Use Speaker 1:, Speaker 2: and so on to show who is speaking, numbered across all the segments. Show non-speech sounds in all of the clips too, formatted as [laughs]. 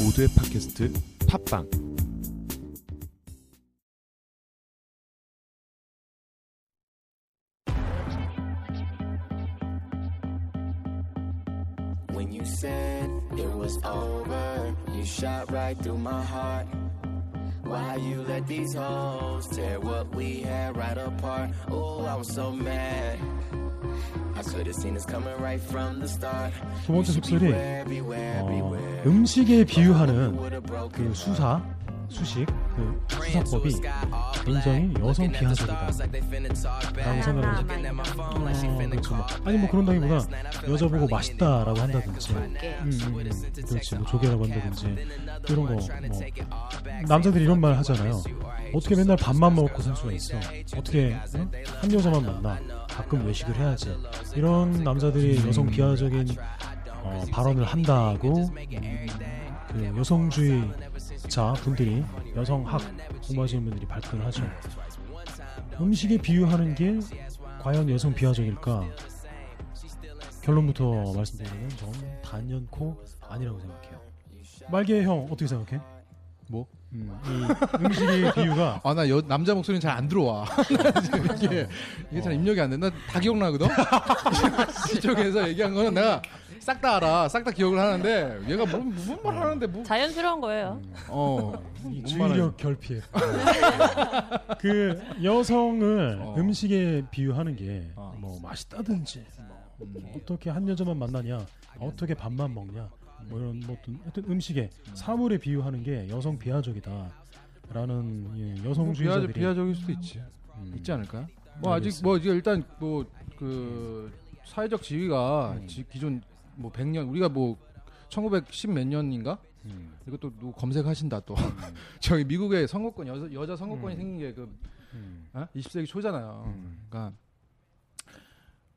Speaker 1: 모두의 팟캐스트 팟빵
Speaker 2: When you said it was over, you shot right through my heart. Why you let these hoes tear what we had right apart? Oh, I was so mad. I could have seen this coming right from the start.
Speaker 3: 두 번째 속설이
Speaker 2: Everywhere,
Speaker 3: 어,
Speaker 2: everywhere.
Speaker 3: 음식에 비유하는
Speaker 2: Would have broken.
Speaker 3: 그 수사 수식 그
Speaker 2: Ran to a
Speaker 3: 수사법이
Speaker 2: sky all
Speaker 3: 굉장히 여성
Speaker 2: looking at the stars
Speaker 3: 비하적이다라고
Speaker 2: like they finna talk back.
Speaker 3: 생각을 했죠.
Speaker 2: Looking at my phone like she
Speaker 3: 어,
Speaker 2: finna
Speaker 3: 그렇죠. 뭐,
Speaker 2: call
Speaker 3: 아니 뭐 그런 다기보다
Speaker 2: Last night I feel
Speaker 3: 여자
Speaker 2: like
Speaker 3: 보고
Speaker 2: probably ended all
Speaker 3: 맛있다라고
Speaker 2: that,
Speaker 3: 한다든지
Speaker 2: 'cause right now
Speaker 3: 음,
Speaker 2: she
Speaker 3: 음,
Speaker 2: would've
Speaker 3: 음.
Speaker 2: sent a text
Speaker 3: 그렇지 뭐
Speaker 2: all
Speaker 3: 조개라고
Speaker 2: caps.
Speaker 3: 한다든지
Speaker 2: Then another
Speaker 3: 이런
Speaker 2: one
Speaker 3: 거
Speaker 2: trying to
Speaker 3: 뭐
Speaker 2: take it all back.
Speaker 3: 남자들이 이런 말 하잖아요 어떻게 맨날 밥만 먹고 살 수가 있어 어떻게 응? 한 여자만 만나 가끔 외식을 해야지 이런 남자들이 여성 비하적인 어, 발언을 한다고 그 여성주의자 분들이 여성학 공부하시는 분들이 발끈을 하죠. 음식에 비유하는 게 과연 여성 비하적일까? 결론부터 말씀드리면 저는 단연코 아니라고 생각해요. 말개 형 어떻게 생각해?
Speaker 4: 뭐?
Speaker 3: 음, 이
Speaker 4: [laughs]
Speaker 3: 음식의 비유가
Speaker 4: 아, 나 여, 남자 목소리는 잘 안 들어와. [laughs] 나 지금 이게, 이게 잘 입력이 안 돼. 나 다 기억나거든? 이쪽에서 얘기한 거는 내가 싹 다 알아. 싹 다 기억을 하는데, 얘가 뭐, 무슨 말 하는데, 뭐.
Speaker 5: 자연스러운 거예요.
Speaker 4: 어.
Speaker 3: 이
Speaker 4: 뭔 말을-
Speaker 3: 주의력 결핍. [laughs] 그 여성을
Speaker 4: 아. 어.
Speaker 3: 음식에 비유하는 게
Speaker 4: 어. 음.
Speaker 3: 뭐 맛있다든지 뭐 어떻게 한 여자만 만나냐, 어떻게 밥만 먹냐, 뭐 이런 뭐 어떤- 하여튼 음식에 사물에 비유하는 게 여성 비하적이다라는 이
Speaker 4: 비하적,
Speaker 3: 여성주의자들이
Speaker 4: 비하적일 수도 있지.
Speaker 3: 음,
Speaker 4: 있지 않을까요? 뭐 아직
Speaker 3: 알겠습니다.
Speaker 4: 뭐 이제 일단 뭐 그 사회적 지위가 지- 기존 뭐 100년 우리가 뭐 1910 몇 년인가?
Speaker 3: 음,
Speaker 4: 이것도 또 검색하신다 또. [laughs] 저기 미국에 선거권 여자, 여자 선거권이
Speaker 3: 음.
Speaker 4: 생긴 게그
Speaker 3: 음,
Speaker 4: 어? 20세기 초잖아요.
Speaker 3: 음.
Speaker 4: 그러니까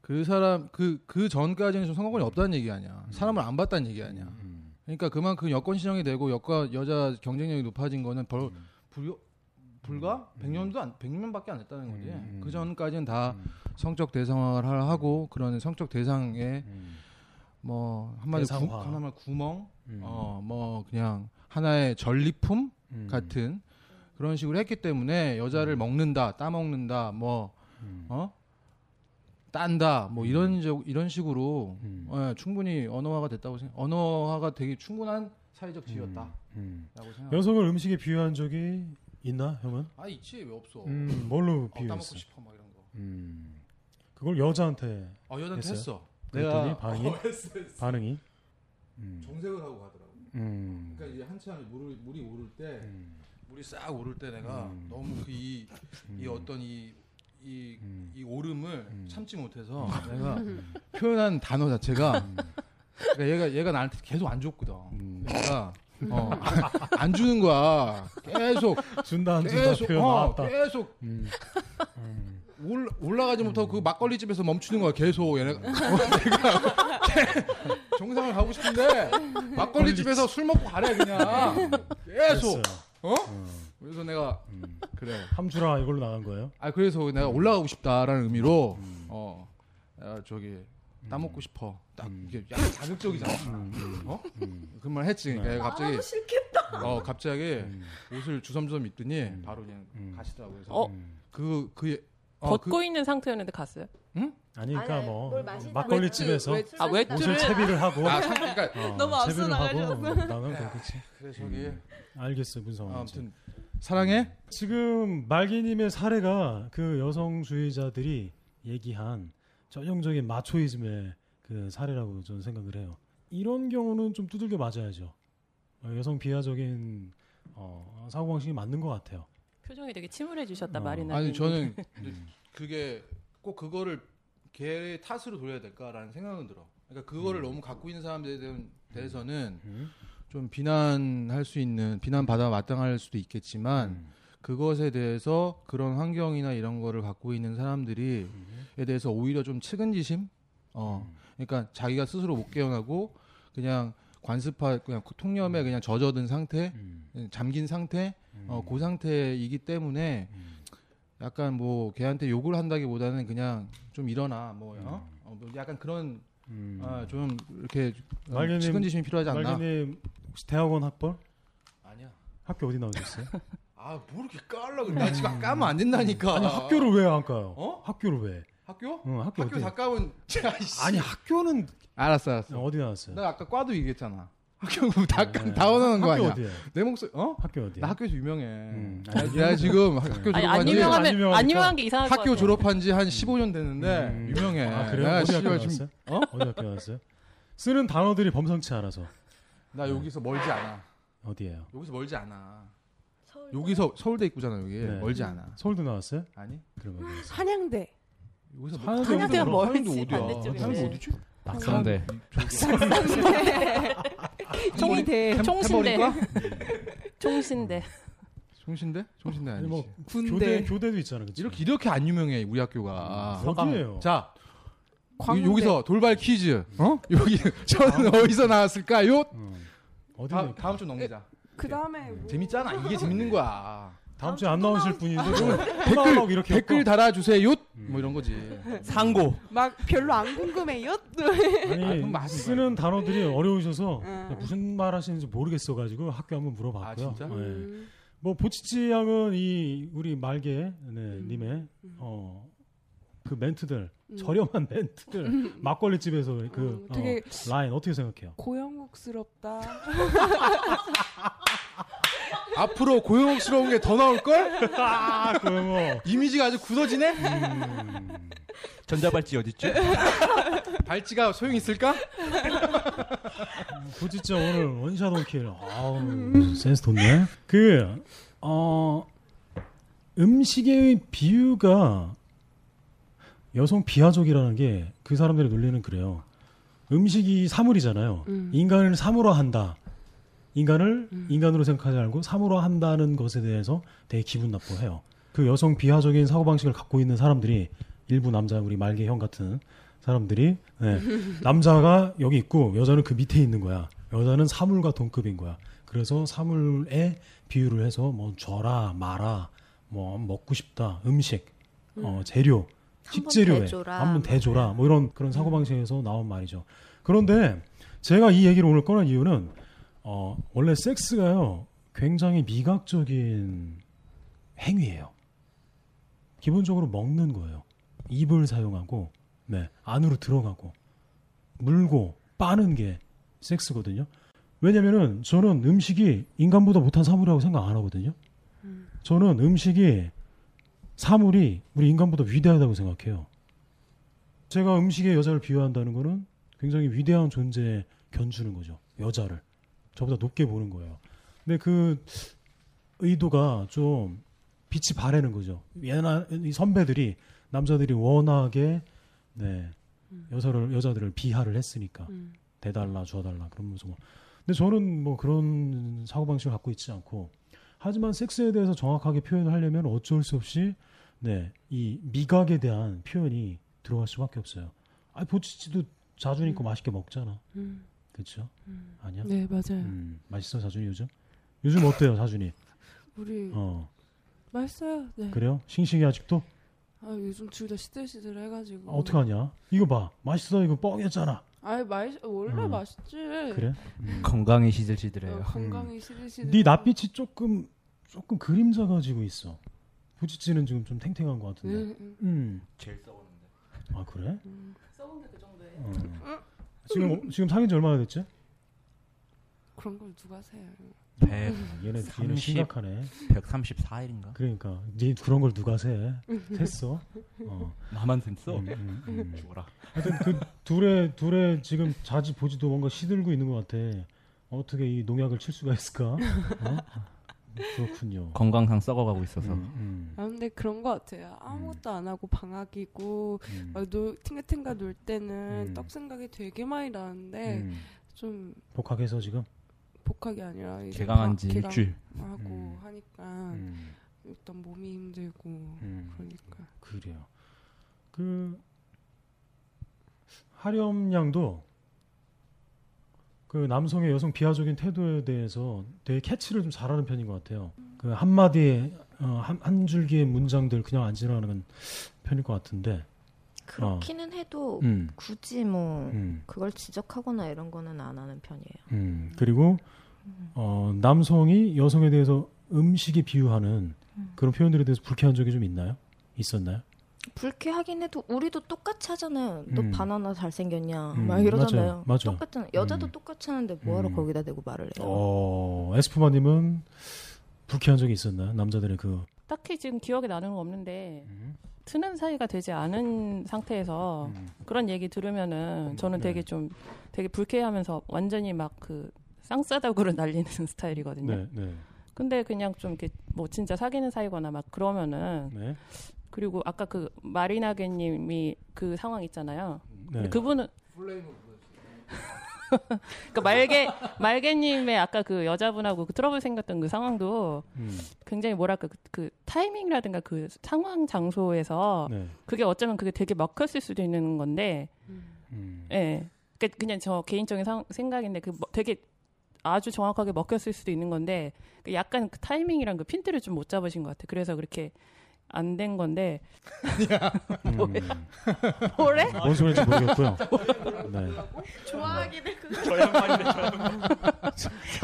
Speaker 4: 그 사람 그 그 전까지는 좀 선거권이 없다는 얘기 아니야. 사람을 안 봤다는 얘기 아니야.
Speaker 3: 음.
Speaker 4: 그러니까 그만큼 여권 신형이 되고 여과 여자 경쟁력이 높아진 거는 벌
Speaker 3: 음.
Speaker 4: 불, 불과 100년도 안 100년밖에 안 됐다는 거지.
Speaker 3: 음.
Speaker 4: 그 전까지는 다 성적 대상화를 하고 그런 성적 대상의
Speaker 3: 음,
Speaker 4: 뭐 한마디로 구,
Speaker 3: 대상화.
Speaker 4: 하나만 구멍
Speaker 3: 음.
Speaker 4: 어 뭐 그냥 하나의 전리품
Speaker 3: 음.
Speaker 4: 같은 그런 식으로 했기 때문에 여자를 먹는다, 따먹는다, 뭐
Speaker 3: 음.
Speaker 4: 어? 딴다, 뭐 이런 저- 이런 식으로
Speaker 3: 음.
Speaker 4: 예, 충분히 언어화가 됐다고 생각. 언어화가 되게 충분한 사회적 지위였다라고
Speaker 3: 음.
Speaker 4: 생각.
Speaker 3: 여성을 음식에 비유한 적이 있나 형은?
Speaker 4: 아 있지 왜 없어?
Speaker 3: 음, 뭘로
Speaker 4: 어, 따먹고
Speaker 3: 비유했어?
Speaker 4: 싶어 막 이런 거.
Speaker 3: 음, 그걸 여자한테
Speaker 4: 아 여자한테
Speaker 3: 했어요?
Speaker 4: 했어.
Speaker 3: 그랬더니
Speaker 4: 내가
Speaker 3: 반응이?
Speaker 4: 어, 했어, 했어.
Speaker 3: 반응이
Speaker 4: 정색을 하고 가더라고.
Speaker 3: 음.
Speaker 4: 그러니까 이제 한참 물을 물이 오를 때 물이 싹 오를 때 내가 너무 그 이 이 어떤 이 이, 이 오름을 참지 못해서 내가 표현한 단어 자체가 그러니까 얘가 얘가 나한테 계속 안 줬거든. 그러니까 어, 안 주는 거야. 계속
Speaker 3: 준다 안 준다
Speaker 4: 계속
Speaker 3: 표현
Speaker 4: 어,
Speaker 3: 나왔다.
Speaker 4: 계속 올라, 올라가지 못하고 그 막걸리 집에서 멈추는 거야 계속 얘네가 어, 내가 정상을 가고 [laughs] 싶은데 막걸리 집에서 술 먹고 가래 그냥 계속
Speaker 3: 됐어요.
Speaker 4: 어 그래서 내가 음. 그래
Speaker 3: 함주라 이걸로 나간 거예요.
Speaker 4: 아 그래서 내가 올라가고 싶다라는 의미로 어 아, 저기 따먹고 싶어 딱
Speaker 3: 음.
Speaker 4: 이게 약간 자극적이잖아 어 그런 말 했지
Speaker 3: 네.
Speaker 4: 그러니까 얘가
Speaker 5: 아,
Speaker 4: 갑자기 어 갑자기
Speaker 3: 음.
Speaker 4: 옷을 주섬주섬 입더니 바로 그냥 가시더라고 그래서
Speaker 5: 어?
Speaker 4: 어, 그그
Speaker 5: 걷고 있는 상태였는데 갔어요.
Speaker 3: 아니 그러니까
Speaker 6: 아니,
Speaker 3: 뭐
Speaker 6: 뭘 마시다가
Speaker 3: 막걸리
Speaker 6: 맥주,
Speaker 3: 집에서
Speaker 6: 맥주
Speaker 5: 아,
Speaker 6: 마시다가
Speaker 5: 맥주.
Speaker 3: 옷을 채비를 하고
Speaker 4: 아, 그러니까
Speaker 3: 어,
Speaker 5: [laughs] 너무 앞서
Speaker 3: 채비를 하고 뭐
Speaker 5: 나가셔서.
Speaker 3: 나가면
Speaker 5: [laughs]
Speaker 3: 그렇지.
Speaker 4: 그래 저기
Speaker 3: 음. 알겠어요 문성.
Speaker 4: 아,
Speaker 3: 아,
Speaker 4: 아무튼 사랑해.
Speaker 3: 지금 말기님의 사례가 그 여성주의자들이 얘기한 전형적인 마초이즘의 그 사례라고 저는 생각을 해요. 이런 경우는 좀 두들겨 맞아야죠. 어, 여성 비하적인 어, 사고 방식이 맞는 것 같아요.
Speaker 5: 표정이 되게 침울해지셨다
Speaker 3: 어.
Speaker 5: 마리나.
Speaker 4: 아니
Speaker 5: 님.
Speaker 4: 저는 그게 꼭 그거를 걔의 탓으로 돌려야 될까라는 생각은 들어. 그러니까 그거를 너무 갖고 있는 사람들에 대한- 대해서는
Speaker 3: 음.
Speaker 4: 좀 비난할 수 있는 비난받아 마땅할 수도 있겠지만
Speaker 3: 음.
Speaker 4: 그것에 대해서 그런 환경이나 이런 거를 갖고 있는 사람들이에 대해서 오히려 좀 측은지심, 어, 그러니까 자기가 스스로 못 깨어나고 그냥 관습화 그냥 그 통념에 그냥 젖어든 상태, 예, 잠긴 상태, 어,
Speaker 3: 음.
Speaker 4: 그 상태이기 때문에 약간 뭐 걔한테 욕을 한다기보다는 그냥 좀 일어나 뭐, 어?
Speaker 3: 음.
Speaker 4: 어, 뭐 약간 그런 아, 좀 이렇게 어,
Speaker 3: 말개님,
Speaker 4: 측은지심이 필요하지 않나?
Speaker 3: 음. 말개님 혹시 대학원 학벌?
Speaker 4: 아니야.
Speaker 3: 학교 어디
Speaker 4: [laughs]
Speaker 3: 나오셨어요?
Speaker 4: 아, 뭐 이렇게 까려 그래. 나 지금 까면 안 된다니까.
Speaker 3: 아니 학교를 왜 안 까요?
Speaker 4: 어?
Speaker 3: 학교를 왜?
Speaker 4: 학교?
Speaker 3: 응, 학교
Speaker 4: 학교
Speaker 3: 어디?
Speaker 4: 다 까면 [laughs] 아이씨.
Speaker 3: 아니 학교는
Speaker 4: 알았어, 알았어.
Speaker 3: 어디 나왔어요?
Speaker 4: 나 아까 과도 얘기했잖아. 학교 다 까,
Speaker 3: 네.
Speaker 4: 다 원하는 거
Speaker 3: 학교
Speaker 4: 아니야.
Speaker 3: 어디야?
Speaker 4: 내 목소리 어?
Speaker 3: 학교 어디?
Speaker 4: 나 학교에서 유명해.
Speaker 3: 음,
Speaker 4: 야,
Speaker 3: 아니,
Speaker 4: 야, 지금 학교
Speaker 5: 아니
Speaker 4: 졸업한
Speaker 5: 안
Speaker 4: 지
Speaker 5: 유명하면
Speaker 3: 안 유명하니까.
Speaker 5: 안 유명한 게 이상할 것
Speaker 4: 학교
Speaker 5: 같아요.
Speaker 4: 졸업한 지 한 15년 됐는데
Speaker 3: 음.
Speaker 4: 유명해.
Speaker 3: 아 그래요?
Speaker 4: 나
Speaker 3: 어디 학교
Speaker 4: 씨발
Speaker 3: 나왔어요?
Speaker 4: 지금
Speaker 3: 어? 어디 학교 나왔어요? 쓰는 단어들이 범상치 않아서
Speaker 4: 나 여기서 멀지 않아.
Speaker 3: 어디예요?
Speaker 4: 여기서 멀지 않아.
Speaker 6: 서울
Speaker 4: 여기서 서울대 입구잖아 여기.
Speaker 3: 네.
Speaker 4: 멀지 않아.
Speaker 3: 서울도 나왔어요?
Speaker 4: 아니
Speaker 3: 그러면 어디였어요?
Speaker 6: 한양대
Speaker 4: 여기서
Speaker 3: 하나도
Speaker 5: 한양대가
Speaker 3: 없더라고요.
Speaker 5: 멀지,
Speaker 4: 한양대
Speaker 5: 반대쪽인데.
Speaker 4: 어디야? 한양대 어디지?
Speaker 3: 아,
Speaker 7: 박사인데
Speaker 5: [laughs]
Speaker 6: 총대
Speaker 5: 총신대. 총신대.
Speaker 4: 종신대? 종신대
Speaker 3: 아니,
Speaker 4: 아니지.
Speaker 3: 뭐 교대
Speaker 6: 군대
Speaker 3: 교대도 있잖아, 그치?
Speaker 4: 이렇게 이렇게 안 유명해 우리 학교가.
Speaker 3: 어디예요?
Speaker 4: 자
Speaker 6: 광대
Speaker 4: 여기서 돌발 퀴즈. 어? 여기 [laughs] 저는 어디서 나왔을까요?
Speaker 3: 음. 어디
Speaker 4: 다, 다음 주 넘기자.
Speaker 6: 그 다음에
Speaker 4: 네.
Speaker 6: 뭐
Speaker 4: 재밌잖아. 이게 재밌는 거야.
Speaker 3: 다음 주에 안 나오실 분인데 좀
Speaker 4: 댓글
Speaker 3: 댓글 이렇게
Speaker 4: 댓글
Speaker 3: 없고.
Speaker 4: 달아주세요.
Speaker 3: 음.
Speaker 4: 뭐 이런 거지.
Speaker 7: 상고
Speaker 6: 막 별로 안 궁금해요.
Speaker 4: 아, 그건
Speaker 3: 아니
Speaker 4: 맞은 거야.
Speaker 3: 쓰는 단어들이 어려우셔서
Speaker 6: 음.
Speaker 3: 무슨 말 하시는지 모르겠어가지고 학교 한번 물어봤고요.
Speaker 4: 아, 진짜?
Speaker 3: 네.
Speaker 6: 음.
Speaker 3: 뭐 보치치양은 이 우리 말개 네, 님의 어. 그 멘트들
Speaker 6: 음.
Speaker 3: 저렴한 [laughs] 멘트들 막걸리 집에서 그
Speaker 6: 어, 되게-
Speaker 3: 어, 라인 어떻게 생각해요?
Speaker 6: 고영국스럽다.
Speaker 4: 앞으로 고용스러운 게 더 나올 걸?
Speaker 3: 아, 그 뭐.
Speaker 4: 이미지가 아주 굳어지네.
Speaker 7: 음. 전자발찌 어딨죠?
Speaker 4: [laughs] 발찌가 소용 있을까?
Speaker 3: 보치치 오늘 원샷 온킬. 아우 센스 돋네. 그 어, 음식의 비유가 여성 비하족이라는 게 그 사람들의 논리는 그래요. 음식이 사물이잖아요.
Speaker 6: 음.
Speaker 3: 인간을 사물화한다. 인간을 인간으로 생각하지 않고 사물화한다는 것에 대해서 되게 기분 나빠해요. 그 여성 비하적인 사고 방식을 갖고 있는 사람들이 일부 남자 우리 말개 형 같은 사람들이 예, 남자가 여기 있고 여자는 그 밑에 있는 거야. 여자는 사물과 동급인 거야. 그래서 사물에 비유를 해서 뭐 줘라 마라 뭐 먹고 싶다 음식 어, 재료 식재료에
Speaker 5: 대줘라. 음.
Speaker 3: 한번 대줘라 뭐 이런 그런 사고 방식에서 나온 말이죠. 그런데 제가 이 얘기를 오늘 꺼낸 이유는 어, 원래 섹스가요 굉장히 미각적인 행위예요. 기본적으로 먹는 거예요. 입을 사용하고 네, 안으로 들어가고 물고 빠는 게 섹스거든요. 왜냐면은 저는 음식이 인간보다 못한 사물이라고 생각 안 하거든요. 저는 음식이 사물이 우리 인간보다 위대하다고 생각해요. 제가 음식에 여자를 비유한다는 거는 굉장히 위대한 존재에 견주는 거죠. 여자를 저보다 높게 보는 거예요. 근데 그 의도가 좀 빛이 바래는 거죠. 예나 이 선배들이 남자들이 워낙에 네, 여자를 여자들을 비하를 했으니까
Speaker 6: 음.
Speaker 3: 대달라 줘달라 그러면서 뭐. 근데 저는 뭐 그런 사고 방식을 갖고 있지 않고 하지만 섹스에 대해서 정확하게 표현을 하려면 어쩔 수 없이 네, 이 미각에 대한 표현이 들어갈 수밖에 없어요. 아, 보치치도 자주니까 맛있게 먹잖아.
Speaker 6: 음.
Speaker 3: 그렇죠? 아니야?
Speaker 6: 네 맞아요.
Speaker 3: 음, 맛있어 자준이 요즘? 요즘 어때요 자준이?
Speaker 6: 우리
Speaker 3: 어
Speaker 6: 맛있어요. 네.
Speaker 3: 그래요? 싱싱해 아직도?
Speaker 6: 아 요즘 둘 다 시들시들 해가지고.
Speaker 3: 아, 어떡하냐? 이거 봐 맛있어 이거 뻥했잖아
Speaker 6: 아니 맛 원래
Speaker 3: 음.
Speaker 6: 맛있지.
Speaker 3: 그래?
Speaker 7: 건강이
Speaker 6: 어,
Speaker 7: 시들시들해요.
Speaker 6: 건강이 시들시들.
Speaker 3: 네 낯빛이 조금 조금 그림자 가지고 있어 부치치는 지금 좀 탱탱한 것 같은데
Speaker 6: 응, 응.
Speaker 3: 음.
Speaker 7: 제일 썩었는데.
Speaker 3: 아 그래?
Speaker 5: 써본데 그 정도예요.
Speaker 3: 어. 지금 어, 지금 사귄 지 얼마나 됐지?
Speaker 6: 그런 걸 누가 세요?
Speaker 7: 100,
Speaker 3: 아, 얘네 얘네
Speaker 7: 30.
Speaker 3: 심각하네
Speaker 7: 134일인가?
Speaker 3: 그러니까 네 그런 걸 누가 세? 샜어? 어.
Speaker 7: 나만 됐어?
Speaker 3: 음, 음, 음.
Speaker 7: 죽어라.
Speaker 3: 하여튼 그 둘의 둘의 지금 자지 보지도 뭔가 시들고 있는 것 같아. 어떻게 이 농약을 칠 수가 있을까? 어? 그렇군요.
Speaker 7: 건강상 썩어가고 있어서.
Speaker 3: 음,
Speaker 6: 아 근데 그런 거 같아요. 아무것도 안 하고 방학이고
Speaker 3: 음,
Speaker 6: 막 놀, 팅가팅가 놀 때는
Speaker 3: 음.
Speaker 6: 떡 생각이 되게 많이 나는데
Speaker 3: 음.
Speaker 6: 좀
Speaker 3: 복학해서 지금.
Speaker 6: 복학이 아니라 이제
Speaker 7: 개강한
Speaker 6: 막
Speaker 7: 지
Speaker 6: 개강
Speaker 7: 일주일.
Speaker 6: 하고
Speaker 3: 음.
Speaker 6: 하니까
Speaker 3: 음,
Speaker 6: 일단 몸이 힘들고
Speaker 3: 음.
Speaker 6: 그러니까
Speaker 3: 그래요. 그 하렴양도 그 남성의 여성 비하적인 태도에 대해서 되게 캐치를 좀 잘하는 편인 것 같아요. 그 한마디에 어, 한, 한 줄기의 문장들 그냥 안 지나가는 편일 것 같은데.
Speaker 8: 그렇기는 해도
Speaker 3: 음,
Speaker 8: 굳이 뭐
Speaker 3: 음.
Speaker 8: 그걸 지적하거나 이런 거는 안 하는 편이에요.
Speaker 3: 음, 그리고 어, 남성이 여성에 대해서 음식이 비유하는 그런 표현들에 대해서 불쾌한 적이 좀 있나요? 있었나요?
Speaker 8: 불쾌하긴 해도 우리도 똑같이 하잖아요. 너
Speaker 3: 음.
Speaker 8: 바나나 잘생겼냐
Speaker 3: 음,
Speaker 8: 막 이러잖아요.
Speaker 3: 맞아요, 맞아요.
Speaker 8: 어, 똑같잖아요. 여자도
Speaker 3: 음.
Speaker 8: 똑같이 하는데 뭐하러
Speaker 3: 음.
Speaker 8: 거기다 대고 말을 해요.
Speaker 3: 어, 에스푸마님은 불쾌한 적이 있었나요? 남자들의 그
Speaker 5: 딱히 지금 기억에 나는 건 없는데 트는 사이가 되지 않은 상태에서
Speaker 3: 음.
Speaker 5: 그런 얘기 들으면은 저는
Speaker 3: 네.
Speaker 5: 되게 좀 되게 불쾌해하면서 완전히 막 그 쌍싸다구를 [laughs] 날리는 스타일이거든요.
Speaker 3: 네, 네,
Speaker 5: 근데 그냥 좀 이렇게 뭐 진짜 사귀는 사이거나 막 그러면은
Speaker 3: 네,
Speaker 5: 그리고 아까 그 마리나게님이 그 상황 있잖아요.
Speaker 3: 네.
Speaker 5: 그분은 [laughs] 그러니까 말개 말개님의 아까 그 여자분하고 그 트러블 생겼던 그 상황도
Speaker 3: 음,
Speaker 5: 굉장히 뭐랄까 그, 그 타이밍이라든가 그 상황 장소에서
Speaker 3: 네.
Speaker 5: 그게 어쩌면 그게 되게 막혔을 수도 있는 건데
Speaker 3: 음.
Speaker 5: 예 그러니까 그냥 저 개인적인 상- 생각인데 그 뭐- 되게 아주 정확하게 먹혔을 수도 있는 건데 그 약간 그 타이밍이랑 그 핀트를 좀 못 잡으신 것 같아 요 그래서 그렇게 안 된 건데 [laughs]
Speaker 3: 음.
Speaker 5: 뭐래
Speaker 3: 뭔 소리인지
Speaker 5: [laughs]
Speaker 3: 모르겠고요.
Speaker 5: 뭐
Speaker 3: 네.
Speaker 8: 좋아하긴 해.
Speaker 7: 저 양반이네 저 양반.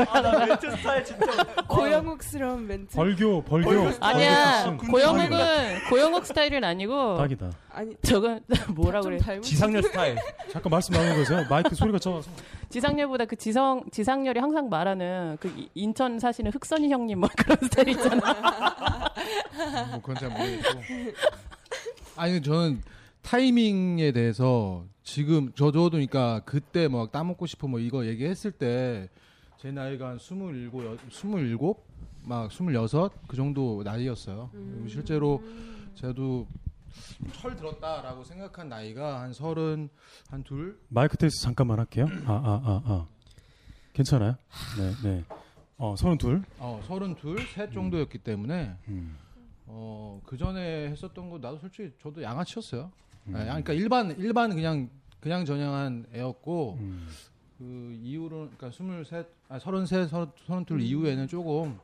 Speaker 7: 아나 멘트 스타일 진짜.
Speaker 6: 고영욱스러운 멘트.
Speaker 3: 벌교, 벌교.
Speaker 5: 아니야
Speaker 3: 벌교
Speaker 5: 고영욱은 그- 고영욱 스타일은 아니고
Speaker 3: 딱이다.
Speaker 6: 아니
Speaker 5: 저건 [laughs] 뭐라
Speaker 6: 좀
Speaker 5: 그래
Speaker 6: 닮은
Speaker 7: 지상렬 스타일.
Speaker 3: 잠깐 말씀 나누고 계세요. 마이크 소리가 작아서.
Speaker 5: 지상렬보다 그 지성 지상렬이 항상 말하는 그 이- 인천 사시는 흑선이 형님 막 [laughs] 그런 스타일 있잖아
Speaker 4: 뭐 그건 잘 모르겠고. 아니 저는 타이밍에 대해서 지금 저 저도 그러니까 그때 막 따먹고 싶어 뭐 이거 얘기했을 때 제 나이가 한 27, 27, 막 26, 그 정도 나이였어요. 그리고 실제로 저도 철 들었다라고 생각한 나이가 한 서른, 한 둘?
Speaker 3: 마이크 테스트 잠깐만 할게요. 아, 아, 아, 아. 괜찮아요? 네, 네. 어, 서른 둘.
Speaker 4: 어, 서른 둘, 셋 정도였기 때문에
Speaker 3: 음.
Speaker 4: 어, 그 전에 했었던 거 나도 솔직히 저도 양아치였어요.
Speaker 3: 음.
Speaker 4: 아, 양- 그러니까 일반 일반 그냥 그냥 전향한 애였고
Speaker 3: 음.
Speaker 4: 그 이후로는 그러니까 스물셋, 아 서른셋, 서른 서른
Speaker 3: 음.
Speaker 4: 둘 이후에는 조금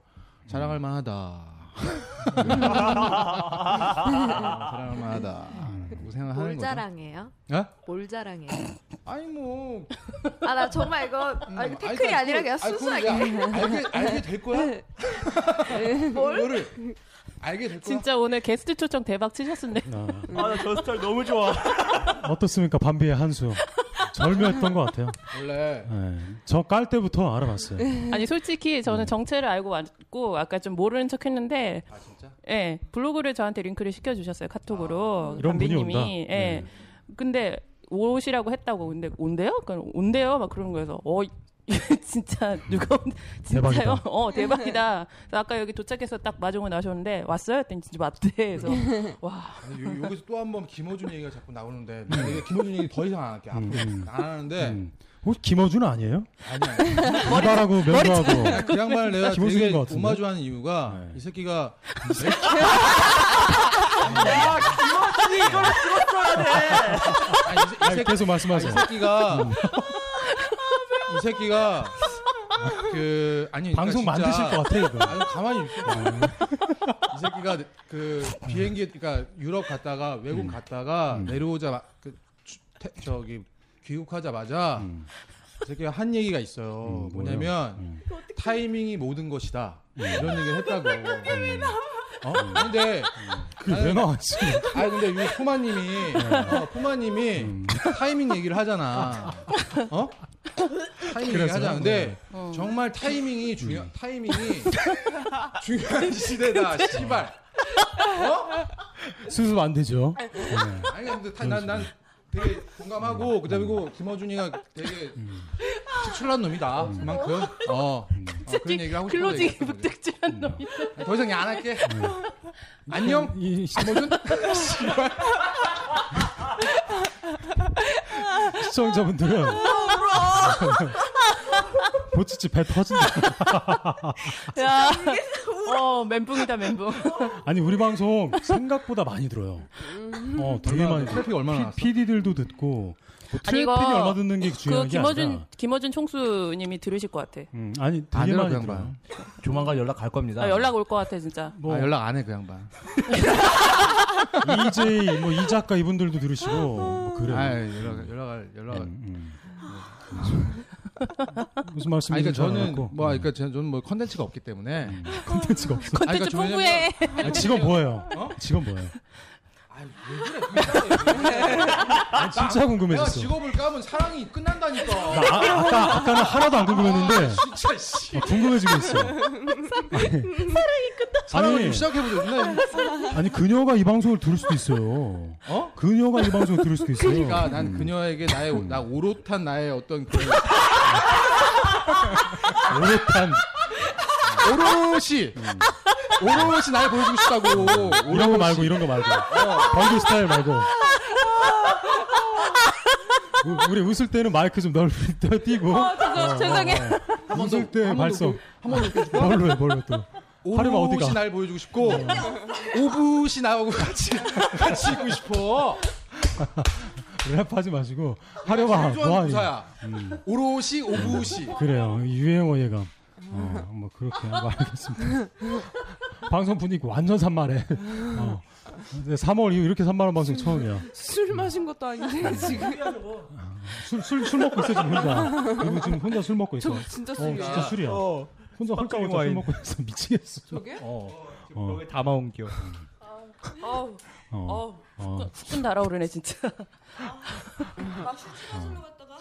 Speaker 4: 자랑할 만하다. [laughs] 아, 자랑할
Speaker 3: 음.
Speaker 4: 만하다라고 생각하는
Speaker 8: 뭘
Speaker 4: 거죠.
Speaker 8: 자랑해요?
Speaker 4: 어?
Speaker 8: 뭘 자랑해요?
Speaker 4: 아니 뭐 음,
Speaker 8: 아 나 정말 이거 아, 이거 태클이
Speaker 4: 그러니까
Speaker 8: 아니라 그냥 순수하게
Speaker 4: 알게 알게
Speaker 8: [laughs]
Speaker 4: 될 거야. 뭘? 알게 될 거야.
Speaker 5: 진짜 오늘 게스트 초청 대박 치셨는데
Speaker 3: 아,
Speaker 7: 아나 저 스타일 너무 좋아.
Speaker 3: 어떻습니까? 밤비의 한수. 절묘했던 것 같아요.
Speaker 4: 원래
Speaker 3: 네. 저깔 때부터 알아봤어요.
Speaker 5: 아니 솔직히 저는 정체를 알고 왔고 아까 좀 모르는 척했는데
Speaker 4: 네. 아 진짜?
Speaker 5: 예 블로그를 저한테 링크를 시켜주셨어요
Speaker 4: 아,
Speaker 5: 카톡으로
Speaker 3: 이런 분이
Speaker 5: 담비님이.
Speaker 3: 온다?
Speaker 5: 예
Speaker 3: 네.
Speaker 5: 근데 오시라고 했다고 근데 온대요 그러니까 온대요 막 그런 거여서 어 [laughs] 진짜 누가 온- 진짜요
Speaker 3: 대박이다.
Speaker 5: 어 대박이다 그래서 아까 여기 도착해서 딱 마중을 나셨는데 왔어요 했더니 진짜 맞대 그래서
Speaker 4: 음.
Speaker 5: 와
Speaker 4: 아니, 요, 여기서 또 한 번 김어준 얘기가 자꾸 나오는데 내가 김어준 얘기 더 이상 안 할게 앞으로
Speaker 3: 음.
Speaker 4: 안 하는데
Speaker 3: 음. 혹시 김어준
Speaker 4: [laughs]
Speaker 3: 아니에요?
Speaker 4: 아니야
Speaker 3: 이발하고 면도하고.
Speaker 4: 그 양반을 내가
Speaker 3: 김원순인
Speaker 4: 되게
Speaker 3: 것 같은데?
Speaker 4: 오마주하는 이유가
Speaker 3: 네.
Speaker 4: 이 새끼가 아니, 이 새- 이
Speaker 3: 아니,
Speaker 4: 새끼-
Speaker 3: 계속 말씀하세요.
Speaker 4: 이
Speaker 3: 아,
Speaker 4: 새끼가 이 새끼가 그 아니 그러니까
Speaker 3: 방송
Speaker 4: 진짜-
Speaker 3: 만드실 것 같아요, 이거.
Speaker 4: 아니 가만히 있어. 이 새끼가 그 비행기 그러니까 유럽 갔다가
Speaker 3: 음.
Speaker 4: 외국 갔다가 내려오자 그 주- 태- 저기 귀국하자마자
Speaker 3: 음.
Speaker 4: 이 새끼가 한 얘기가 있어요.
Speaker 3: 음, 뭐요?
Speaker 4: 뭐냐면
Speaker 3: 음.
Speaker 4: 타이밍이 모든 것이다 이런 얘기를 했다고. 어? 근데
Speaker 3: 그게 왜 나왔지?
Speaker 4: 아 근데 이 포마님이 어, 포마님이 타이밍 얘기를 하잖아. 어? 타이밍 얘기
Speaker 3: 그래서요?
Speaker 4: 하잖아. 근데 정말 타이밍이 중요 타이밍이 [laughs] 중요한 시대다. 씨발.
Speaker 3: 수습 안 되죠.
Speaker 4: 아니 근데 타- 난, 난 되게 공감하고 그다음에 그 김어준이가 되게 특출난 놈이다. 그만큼 어, 어 그런 얘기를 하고 싶어서
Speaker 5: [laughs] 클로징이
Speaker 4: 얘기했던 거지.
Speaker 5: 무특질한
Speaker 4: 음.
Speaker 5: 놈이
Speaker 4: 더 이상 얘기 안 할게. 안녕.
Speaker 3: 이 시-
Speaker 4: [laughs] 김어준. 씨발.
Speaker 3: 시청자분들은
Speaker 4: 아,
Speaker 3: 보츠치 배 터진다.
Speaker 4: 아,
Speaker 5: 야,
Speaker 4: 음.
Speaker 5: 어 멘붕이다 멘붕.
Speaker 3: 아니 우리 방송 생각보다 많이 들어요.
Speaker 4: 음.
Speaker 3: 어 되게 많이 들어요.
Speaker 4: 트래픽 얼마나 나왔어?
Speaker 3: PD들도 듣고 뭐
Speaker 5: 아니,
Speaker 3: 트래픽이
Speaker 5: 이거
Speaker 3: 얼마 듣는 게
Speaker 5: 그
Speaker 3: 중요한 게
Speaker 5: 김어준
Speaker 3: 아니라.
Speaker 5: 김어준 총수님이 들으실 것 같아.
Speaker 3: 음, 아니
Speaker 4: 안
Speaker 3: 되게
Speaker 4: 들어,
Speaker 3: 많이
Speaker 4: 그냥
Speaker 3: 들어요.
Speaker 4: 봐요.
Speaker 7: 조만간 연락 갈 겁니다.
Speaker 5: 아, 연락 올 것 같아 진짜.
Speaker 3: 뭐
Speaker 4: 아, 연락 안 해 그 양반.
Speaker 3: EJ 뭐이 작가
Speaker 4: 예.
Speaker 3: 이분들도 들으시고 뭐 그래요.
Speaker 4: 아 연락 연락할 연락.
Speaker 3: 음, 음. 무슨 말씀인지
Speaker 4: 아니, 그러니까
Speaker 3: 잘
Speaker 4: 저는
Speaker 3: 알았고. 음.
Speaker 4: 뭐 그러니까 제- 저는 뭐 컨텐츠가 없기 때문에
Speaker 3: 컨텐츠가 없어.
Speaker 4: 아니, 그러니까
Speaker 5: 콘텐츠
Speaker 4: 저 왜냐면-
Speaker 5: 풍부해.
Speaker 3: 아, 직업 뭐예요?
Speaker 4: 어?
Speaker 3: 직업 뭐예요? 아, 진짜
Speaker 4: 내가
Speaker 3: 궁금해졌어.
Speaker 4: 직업을 까면 사랑이 끝난다니까.
Speaker 3: 나 아, 아까 아까는 하나도 안 궁금했는데
Speaker 4: 진짜 씨.
Speaker 3: 아, 궁금해지고 있어.
Speaker 4: 사랑을
Speaker 3: 아니.
Speaker 4: 좀 시작해보자. 누나
Speaker 3: 아니 그녀가 이 방송을 들을 수도 있어요.
Speaker 4: 어?
Speaker 3: 그녀가 이 방송을 들을 수도 있어요.
Speaker 4: 그러니까 난 그녀에게 나의
Speaker 3: 음.
Speaker 4: 오- 나 오롯한 나의 어떤 그
Speaker 3: 오랫한
Speaker 4: 오롯이 오롯이 나를 보여주고 싶다고.
Speaker 3: 음. 이런 거
Speaker 4: 오롯이.
Speaker 3: 말고 이런 거 말고 벌교 스타일 말고. 우- 우리 웃을 때는 마이크 좀 [laughs] 넓이 띄고
Speaker 5: 뭐- 어, 죄송- 죄송해요.
Speaker 4: 아, 한 번 더,
Speaker 3: 웃을 때
Speaker 4: 한번
Speaker 3: 발성
Speaker 4: 한번 이렇게
Speaker 3: [laughs]
Speaker 4: 좀-
Speaker 3: 벌로 해 벌로 또 하루가
Speaker 4: 오롯이
Speaker 3: 어디가? 음.
Speaker 4: 날 보여주고 싶고 오붓이 나하고 같이 [laughs] 같이 있고 싶어.
Speaker 3: 랩하지 마시고 하려봐
Speaker 4: 좋아하는
Speaker 3: 뭐하니 음.
Speaker 4: 부사야. 오롯이 오붓이.
Speaker 3: 그래요 유행어 예감 어, 뭐 그렇게 하고 알겠습니다 방송 분위기 완전 산만해 어. 3월 이후 이렇게 산만한 방송 처음이야
Speaker 6: 술 마신 것도 [laughs] 아닌데 지금
Speaker 3: 술, 술, 술 먹고 있어 지금 혼자 그리고 지금 혼자 술 먹고 있어
Speaker 6: 저
Speaker 3: 어
Speaker 6: 진짜 술이야.
Speaker 3: 진짜 술이야
Speaker 4: 어.
Speaker 3: 혼자 홀짝홀짝 술
Speaker 9: 와인.
Speaker 3: 먹고 있어 미치겠어
Speaker 6: 저게?
Speaker 3: 어.
Speaker 9: 왜 담아옮겨?
Speaker 5: 어우,
Speaker 3: 어.
Speaker 5: 어우,
Speaker 3: 어.
Speaker 5: 후끈 달아오르네 진짜.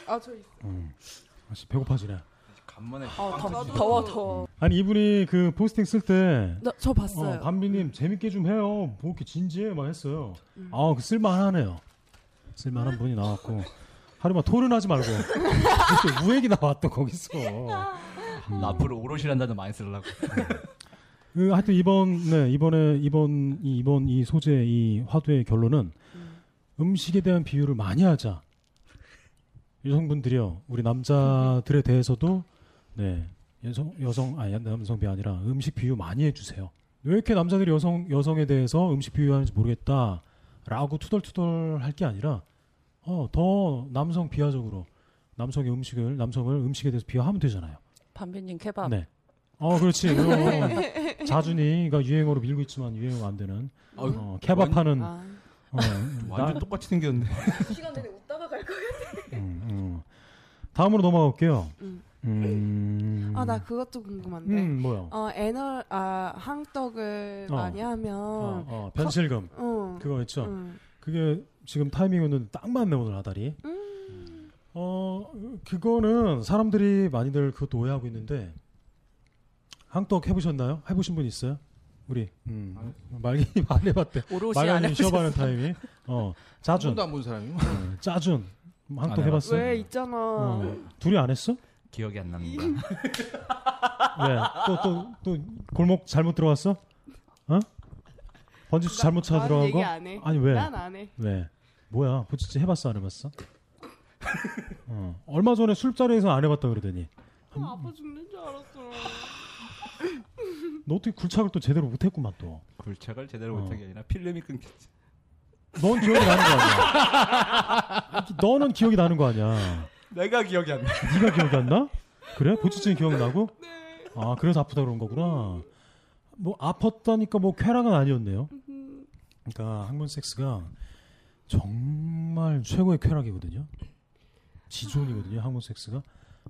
Speaker 6: 아 저 있어.
Speaker 3: 아씨, 배고파지네
Speaker 4: 간만에
Speaker 5: 어, 더, 더워 더워.
Speaker 3: 아니 이분이 그 포스팅 쓸때
Speaker 6: 나, 저 봤어요.
Speaker 3: 어, 감비님 재밌게 좀 해요. 뭐 이렇게 진지해 막 했어요.
Speaker 6: 음.
Speaker 3: 아, 그 쓸만하네요. 쓸만한 분이 나왔고 하루만 토론하지
Speaker 6: [laughs]
Speaker 3: 말고 이렇게 우액이 나왔던 거기서.
Speaker 9: 나 앞으로 오롯이란 단어 많이 쓰려고.
Speaker 3: 그 하여튼 이번 네 이번에 이번 이 이번 이 소재 이 화두의 결론은 음식에 대한 비유를 많이 하자. 여성분들이요, 우리 남자들에 대해서도 네 여성 여성 아니 남성비 아니라 음식 비유 많이 해주세요. 왜 이렇게 남자들이 여성 여성에 대해서 음식 비유하는지 모르겠다라고 투덜투덜 할 게 아니라 어 더 남성 비하적으로 남성의 음식을 남성을 음식에 대해서 비하하면 되잖아요.
Speaker 5: 반비님 케밥.
Speaker 3: 네. 어, 그렇지. 어, 자준이가 유행어로 밀고 있지만 유행어 안 되는 어, 케밥하는
Speaker 6: 아.
Speaker 3: 어,
Speaker 9: 음, 완전
Speaker 3: 나-
Speaker 9: 똑같이 생겼네.
Speaker 8: 시간 내내 웃다가 갈 거예요.
Speaker 3: 음, 음. 다음으로 넘어가 볼게요.
Speaker 6: 음.
Speaker 3: 음.
Speaker 6: 아, 나 그것도 궁금한데.
Speaker 3: 음, 뭐요?
Speaker 6: 어, 애널 아, 항떡을
Speaker 3: 어.
Speaker 6: 많이 하면
Speaker 3: 어, 어, 변실금.
Speaker 6: 어.
Speaker 3: 그거 있죠.
Speaker 6: 음.
Speaker 3: 그게 지금 타이밍은 딱 맞네 오늘 아다리. 어 그거는 사람들이 많이들 그것도 오해하고 있는데 항떡 해보셨나요? 해보신 분 있어요? 우리 음, 말기님 [laughs] 안 해봤대.
Speaker 5: 오롯이 안
Speaker 3: 말기님 쉬어가는
Speaker 5: 해보셨어.
Speaker 3: 타이밍. 어
Speaker 4: 한
Speaker 3: 자준,
Speaker 4: 번도 안 본 사람이.
Speaker 3: 어, 짜준. 항떡
Speaker 9: 안
Speaker 3: 해봤어?
Speaker 6: 왜 있잖아.
Speaker 3: 어, 둘이 안 했어?
Speaker 9: 기억이 안 납니다.
Speaker 3: 왜? 또또또 골목 잘못 들어갔어? 어? 번지수 잘못 찾아
Speaker 6: 난
Speaker 3: 들어간
Speaker 6: 얘기
Speaker 3: 거?
Speaker 6: 안 해.
Speaker 3: 아니 왜?
Speaker 6: 난 안 해.
Speaker 3: 왜? 뭐야? 부치찌 해봤어 안 해봤어? 어. 얼마 전에 술자리에서 안 해봤다 그러더니 음.
Speaker 6: 아, 아빠 죽는 줄 알았어.
Speaker 3: 너 어떻게 굴착을 또 제대로 못했구만 또.
Speaker 9: [laughs] 굴착을 제대로
Speaker 3: 어.
Speaker 9: 못한 게 아니라 필름이 끊겼지.
Speaker 3: 넌 기억이 나는 거 아니야? 너는 기억이 나는 거 아니야?
Speaker 9: 내가 기억이 안 나.
Speaker 3: 네가 기억이 안 나? 그래? 부치찌는 기억나고? 아 그래서 아프다 그런 거구나. 뭐 아팠다니까 뭐 쾌락은 아니었네요. 그러니까 항문 섹스가 정말 최고의 쾌락이거든요. 지존이거든요 항문 섹스가.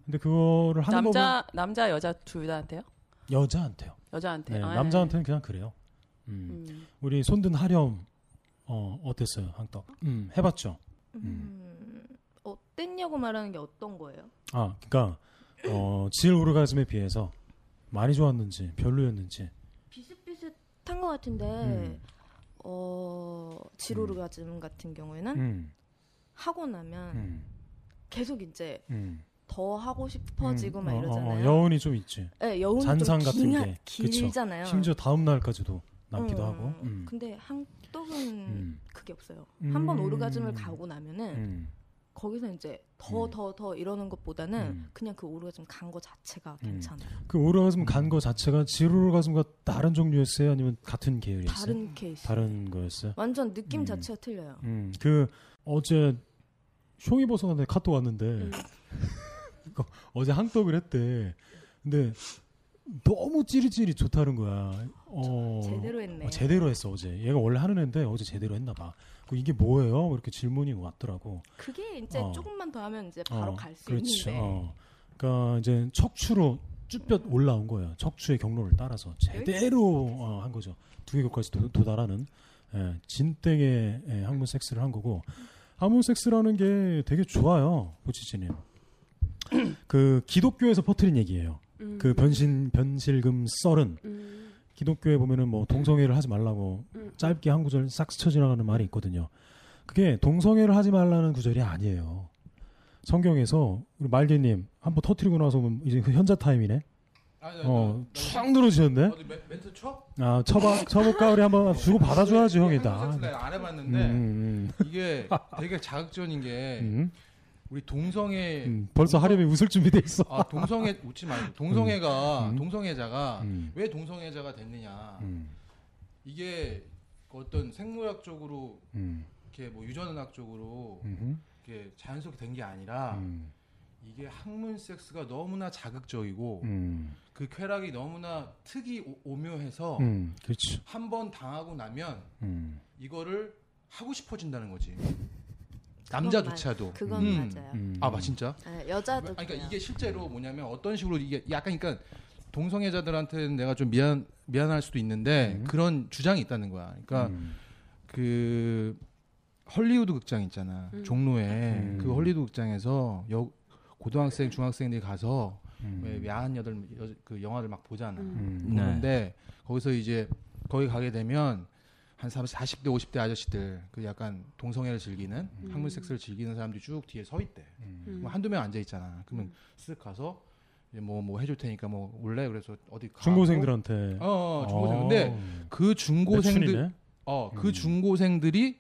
Speaker 3: 근데 그거를 하는 거 보면
Speaker 5: 남자 남자 여자 둘 다한테요?
Speaker 3: 여자한테요.
Speaker 5: 여자한테.
Speaker 3: 네,
Speaker 5: 아,
Speaker 3: 남자한테는 그냥 그래요. 음.
Speaker 5: 음.
Speaker 3: 우리 손든 하렴 어 어땠어요 항떡? 음 해봤죠.
Speaker 8: 음, 어땠냐고 말하는 게 어떤 거예요?
Speaker 3: 아 그러니까 어 지을 오르가즘에 비해서 많이 좋았는지 별로였는지.
Speaker 8: 비슷비슷한 것 같은데
Speaker 3: 음.
Speaker 8: 어, 지로르가즘 같은 경우에는
Speaker 3: 음,
Speaker 8: 하고 나면
Speaker 3: 음,
Speaker 8: 계속 이제
Speaker 3: 음.
Speaker 8: 더 하고 싶어지고 막
Speaker 3: 어, 어,
Speaker 8: 이러잖아요.
Speaker 3: 어, 여운이 좀 있지.
Speaker 8: 네, 여운이
Speaker 3: 잔상
Speaker 8: 좀
Speaker 3: 같은
Speaker 8: 긴,
Speaker 3: 게. 그쵸.
Speaker 8: 길잖아요.
Speaker 3: 심지어 다음 날까지도 남기도
Speaker 8: 어,
Speaker 3: 하고. 음,
Speaker 8: 근데 한떡은
Speaker 3: 음.
Speaker 8: 그게 없어요.
Speaker 3: 음.
Speaker 8: 한 번 오르가즘을 가고 나면은
Speaker 3: 음.
Speaker 8: 거기서 이제 더 더
Speaker 3: 음.
Speaker 8: 더 이러는 것보다는
Speaker 3: 음.
Speaker 8: 그냥 그 오르가즘 간 거 자체가 괜찮아요.
Speaker 3: 그 오르가즘 간
Speaker 8: 음.
Speaker 3: 거 자체가 지을 오르가즘과 다른 종류였어요? 아니면 같은 계열이었어요?
Speaker 8: 다른 케이스.
Speaker 3: 다른 거였어요?
Speaker 8: 완전 느낌
Speaker 3: 음.
Speaker 8: 자체가 틀려요.
Speaker 3: 음, 그 어제 쇼이버선한테 카톡 왔는데
Speaker 8: 음.
Speaker 3: [laughs] 그거 어제 항떡을 했대. 근데 너무 찌릿찌릿 좋다는 거야. 어,
Speaker 8: 제대로 했네.
Speaker 3: 어, 제대로 했어 어제. 얘가 원래 하는 애인데 어제 제대로 했나 봐. 그 이게 뭐예요? 이렇게 질문이 왔더라고.
Speaker 8: 그게 이제
Speaker 3: 어.
Speaker 8: 조금만 더 하면 이제 바로
Speaker 3: 어,
Speaker 8: 갈 수
Speaker 3: 그렇죠.
Speaker 8: 있는데
Speaker 3: 어. 그러니까 이제 척추로 쭈뼛 올라온 거예요. 척추의 경로를 따라서 제대로 어, 한 거죠. 두개골까지 도- 도달하는 예, 진땡의 예, 항문 섹스를 한 거고 항문 섹스라는 게 되게 좋아요, 보치지님. [clears throat] 그 기독교에서 퍼뜨린 얘기예요.
Speaker 6: 음.
Speaker 3: 그 변신 변실금 썰은
Speaker 6: 음.
Speaker 3: 기독교에 보면은 뭐 동성애를 하지 말라고
Speaker 6: 음.
Speaker 3: 짧게 한 구절 싹 스쳐 지나가는 말이 있거든요. 그게 동성애를 하지 말라는 구절이 아니에요. 성경에서 우리 말개님 한번 터트리고 나서 보면 이제 그 현자 타임이네. 어, 촥 늘어지셨네.
Speaker 4: 멘트 쳐?
Speaker 3: 아, 처박 처박 가을에 한번 주고 받아줘야지 형이다.
Speaker 4: 섹스 라이브
Speaker 3: 아,
Speaker 4: 네. 안
Speaker 3: 음,
Speaker 4: 해봤는데
Speaker 3: 음,
Speaker 4: 이게 되게 자극적인 게
Speaker 3: 음.
Speaker 4: 우리 동성애
Speaker 3: 음, 벌써 하렴이 웃을 준비돼 있어.
Speaker 4: 아 동성애 웃지 말고 동성애가
Speaker 3: 음.
Speaker 4: 동성애자가
Speaker 3: 음,
Speaker 4: 왜 동성애자가 됐느냐
Speaker 3: 음,
Speaker 4: 이게 그 어떤 생물학적으로
Speaker 3: 음,
Speaker 4: 이렇게 뭐 유전학적으로
Speaker 3: 음,
Speaker 4: 이렇게 자연스럽게 된 게 아니라
Speaker 3: 음,
Speaker 4: 이게 학문 섹스가 너무나 자극적이고
Speaker 3: 음,
Speaker 4: 그 쾌락이 너무나 특이 오- 오묘해서
Speaker 3: 음, 그렇죠.
Speaker 4: 한 번 당하고 나면
Speaker 3: 음,
Speaker 4: 이거를 하고 싶어진다는 거지 남자조차도
Speaker 8: 그건
Speaker 4: 음.
Speaker 8: 맞아요.
Speaker 3: 음.
Speaker 4: 아 맞- 진짜
Speaker 8: 네, 여자도
Speaker 4: 아니,
Speaker 8: 그래요.
Speaker 4: 그러니까 이게 실제로 뭐냐면 어떤 식으로 이게 약간 그러니까 동성애자들한테는 내가 좀 미안 미안할 수도 있는데
Speaker 3: 음.
Speaker 4: 그런 주장이 있다는 거야. 그러니까
Speaker 3: 음,
Speaker 4: 그 헐리우드 극장 있잖아
Speaker 6: 음.
Speaker 4: 종로에
Speaker 3: 음.
Speaker 4: 그 헐리우드 극장에서 여, 고등학생 중학생들이 가서
Speaker 3: 음,
Speaker 4: 왜 야한 여덟 여- 그 영화를 막 보잖아.
Speaker 6: 음.
Speaker 3: 음,
Speaker 4: 보는데 거기서 이제 거기 가게 되면 한 40대 50대 아저씨들 그 약간 동성애를 즐기는
Speaker 6: 음.
Speaker 4: 학문 섹스를 즐기는 사람들이 쭉 뒤에 서 있대.
Speaker 3: 음,
Speaker 6: 음.
Speaker 4: 뭐 한두 명 앉아 있잖아. 그러면
Speaker 6: 음.
Speaker 4: 쓱 가서 이제 뭐 뭐 해줄 테니까 뭐 올래 그래서 어디 가고.
Speaker 3: 중고생들한테.
Speaker 4: 어, 어 중고생. 근데 그 중고생들
Speaker 3: 고생들
Speaker 4: 어 그
Speaker 3: 음.
Speaker 4: 중고생들이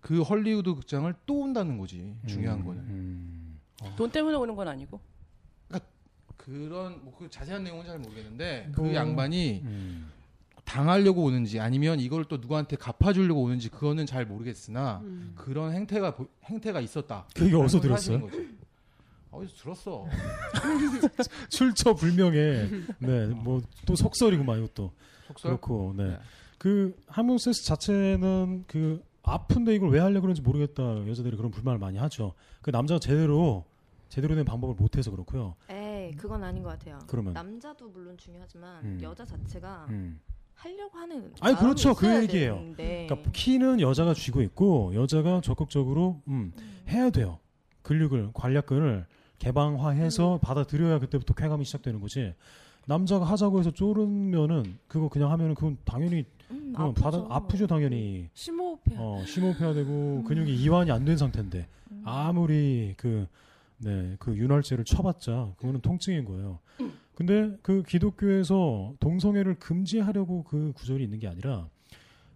Speaker 4: 그 헐리우드 극장을 또 온다는 거지.
Speaker 3: 음.
Speaker 4: 중요한 거는.
Speaker 5: 음. 돈 때문에 오는 건 아니고.
Speaker 4: 그런 뭐 그 자세한 내용은 잘 모르겠는데
Speaker 3: 뭐.
Speaker 4: 그 양반이 당하려고 오는지 아니면 이걸 또 누구한테 갚아주려고 오는지 그거는 잘 모르겠으나
Speaker 6: 음.
Speaker 4: 그런 행태가 보- 행태가 있었다.
Speaker 3: 그게 어디서
Speaker 4: 그런 사실인
Speaker 3: 들었어요?
Speaker 4: 거지. 아, 어디서 들었어?
Speaker 3: 출처 불명에
Speaker 4: [laughs]
Speaker 3: 네뭐
Speaker 4: 음.
Speaker 3: 또 속설이구만 이것도
Speaker 4: 속설.
Speaker 3: 그렇고
Speaker 4: 네.
Speaker 3: 네그 한문 세스 자체는 그 아픈데 이걸 왜 하려고 그런지 모르겠다 여자들이 그런 불만을 많이 하죠 그 남자가 제대로 제대로 된 방법을 못해서 그렇고요
Speaker 8: 에이 그건 아닌 것 같아요.
Speaker 3: 그러면
Speaker 8: 남자도 물론 중요하지만
Speaker 3: 음.
Speaker 8: 여자 자체가
Speaker 3: 음.
Speaker 8: 하려고 하는
Speaker 3: 아니,
Speaker 8: 마음이
Speaker 3: 그렇죠. 그
Speaker 8: 있어야
Speaker 3: 얘기예요.
Speaker 8: 되는데.
Speaker 3: 그러니까 키는 여자가 쥐고 있고 여자가 적극적으로 음, 해야 돼요. 근육을 관략근을 개방화해서 받아들여야 그때부터 쾌감이 시작되는 거지. 남자가 하자고 해서 쪼르면은 그거 그냥 하면은 그건 당연히
Speaker 8: 음,
Speaker 3: 그건 받아 아프죠 네. 당연히.
Speaker 6: 심호흡해.
Speaker 3: 어, 심호흡해야
Speaker 6: 음.
Speaker 3: 되고 근육이 이완이 안 된 상태인데 아무리 그 네, 그 윤활제를 쳐봤자 그거는 통증인 거예요. 근데 그 기독교에서 동성애를 금지하려고 그 구절이 있는 게 아니라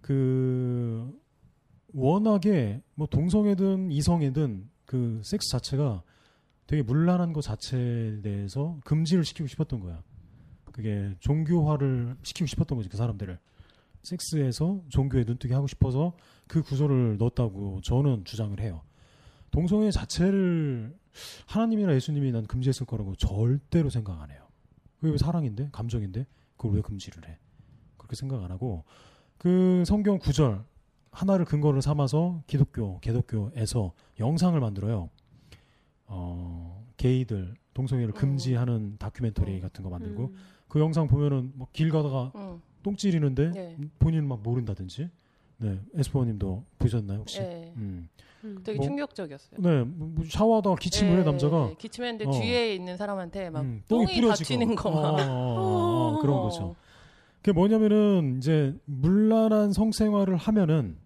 Speaker 3: 그 워낙에 뭐 동성애든 이성애든 그 섹스 자체가 되게 문란한 것 자체에 대해서 금지를 시키고 싶었던 거야. 그게 종교화를 시키고 싶었던 거지 그 사람들을 섹스에서 종교에 눈뜨게 하고 싶어서 그 구절을 넣었다고 저는 주장을 해요. 동성애 자체를 하나님이나 예수님이 난 금지했을 거라고 절대로 생각 안 해요. 그게 왜 사랑인데 감정인데 그걸 왜 금지를 해? 그렇게 생각 안 하고 그 성경 구절 하나를 근거를 삼아서 기독교, 개독교에서 영상을 만들어요. 어, 게이들 동성애를
Speaker 8: 어.
Speaker 3: 금지하는 다큐멘터리
Speaker 5: 어.
Speaker 3: 같은 거 만들고
Speaker 6: 음.
Speaker 3: 그 영상 보면은 뭐 길 가다가
Speaker 5: 응.
Speaker 3: 똥 찌리는데
Speaker 5: 네.
Speaker 3: 본인은 막 모른다든지. 네, 에스퍼님도 보셨나요 혹시?
Speaker 5: 예.
Speaker 3: 음.
Speaker 6: 음.
Speaker 5: 되게
Speaker 3: 뭐-
Speaker 5: 충격적이었어요.
Speaker 3: 네, 뭐- 뭐 샤워하다가 기침을
Speaker 5: 예,
Speaker 3: 해 남자가
Speaker 5: 예, 기침했는데
Speaker 3: 어.
Speaker 5: 뒤에 있는 사람한테 막
Speaker 3: 음,
Speaker 5: 똥이
Speaker 3: 뿌려지고.
Speaker 5: 다치는 거
Speaker 3: 어,
Speaker 5: 막.
Speaker 3: 어, 어, 어, 그런 거죠.
Speaker 5: 어.
Speaker 3: 그게 뭐냐면은 이제 물란한 성생활을 하면은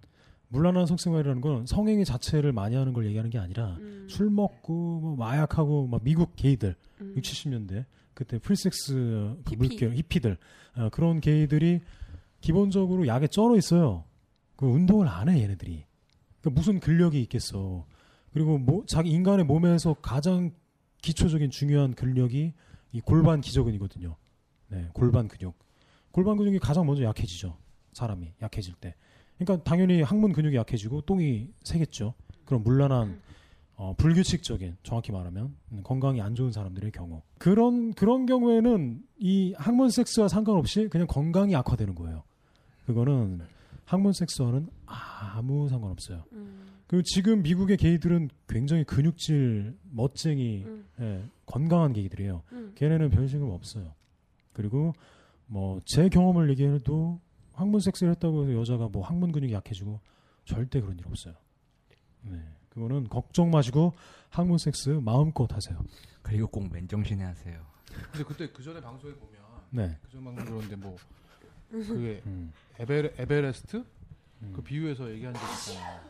Speaker 3: 물란한 성생활이라는 건 성행위 자체를 많이 하는 걸 얘기하는 게 아니라
Speaker 6: 음.
Speaker 3: 술 먹고 뭐 마약하고 막 미국 게이들
Speaker 6: 음.
Speaker 3: 60, 70년대 그때 프리섹스 그
Speaker 6: 히피.
Speaker 3: 물결 히피들 어, 그런 게이들이 기본적으로 약에 쩔어 있어요. 그 운동을 안 해 얘네들이. 그러니까 무슨 근력이 있겠어. 그리고 뭐 자기 인간의 몸에서 가장 기초적인 중요한 근력이 이 골반 기저근이거든요. 네, 골반 근육. 골반 근육이 가장 먼저 약해지죠. 사람이 약해질 때. 그러니까 당연히 항문 근육이 약해지고 똥이 새겠죠. 그런 물란한 어, 불규칙적인 정확히 말하면 음, 건강이 안 좋은 사람들의 경우 그런 그런 경우에는 이 항문 섹스와 상관없이 그냥 건강이 악화되는 거예요. 그거는 항문 섹스와는 아무 상관없어요.
Speaker 6: 음.
Speaker 3: 그리고 지금 미국의 게이들은 굉장히 근육질 멋쟁이
Speaker 6: 음.
Speaker 3: 예, 건강한 게이들이에요.
Speaker 6: 음.
Speaker 3: 걔네는 별 생각 없어요. 그리고 뭐 제 경험을 얘기해도 항문 섹스를 했다고 해서 여자가 뭐 항문 근육이 약해지고 절대 그런 일 없어요. 네. 그거는 걱정 마시고 항문 섹스 마음껏 하세요.
Speaker 9: 그리고 꼭 맨정신에 하세요.
Speaker 4: 근데 그때 그 전에 방송에 보면
Speaker 3: 네.
Speaker 4: 그 전에 방송 그런데 뭐 그게
Speaker 3: 음.
Speaker 4: 에베, 에베레스트
Speaker 3: 음.
Speaker 4: 그 비유에서 얘기한 적 있잖아요.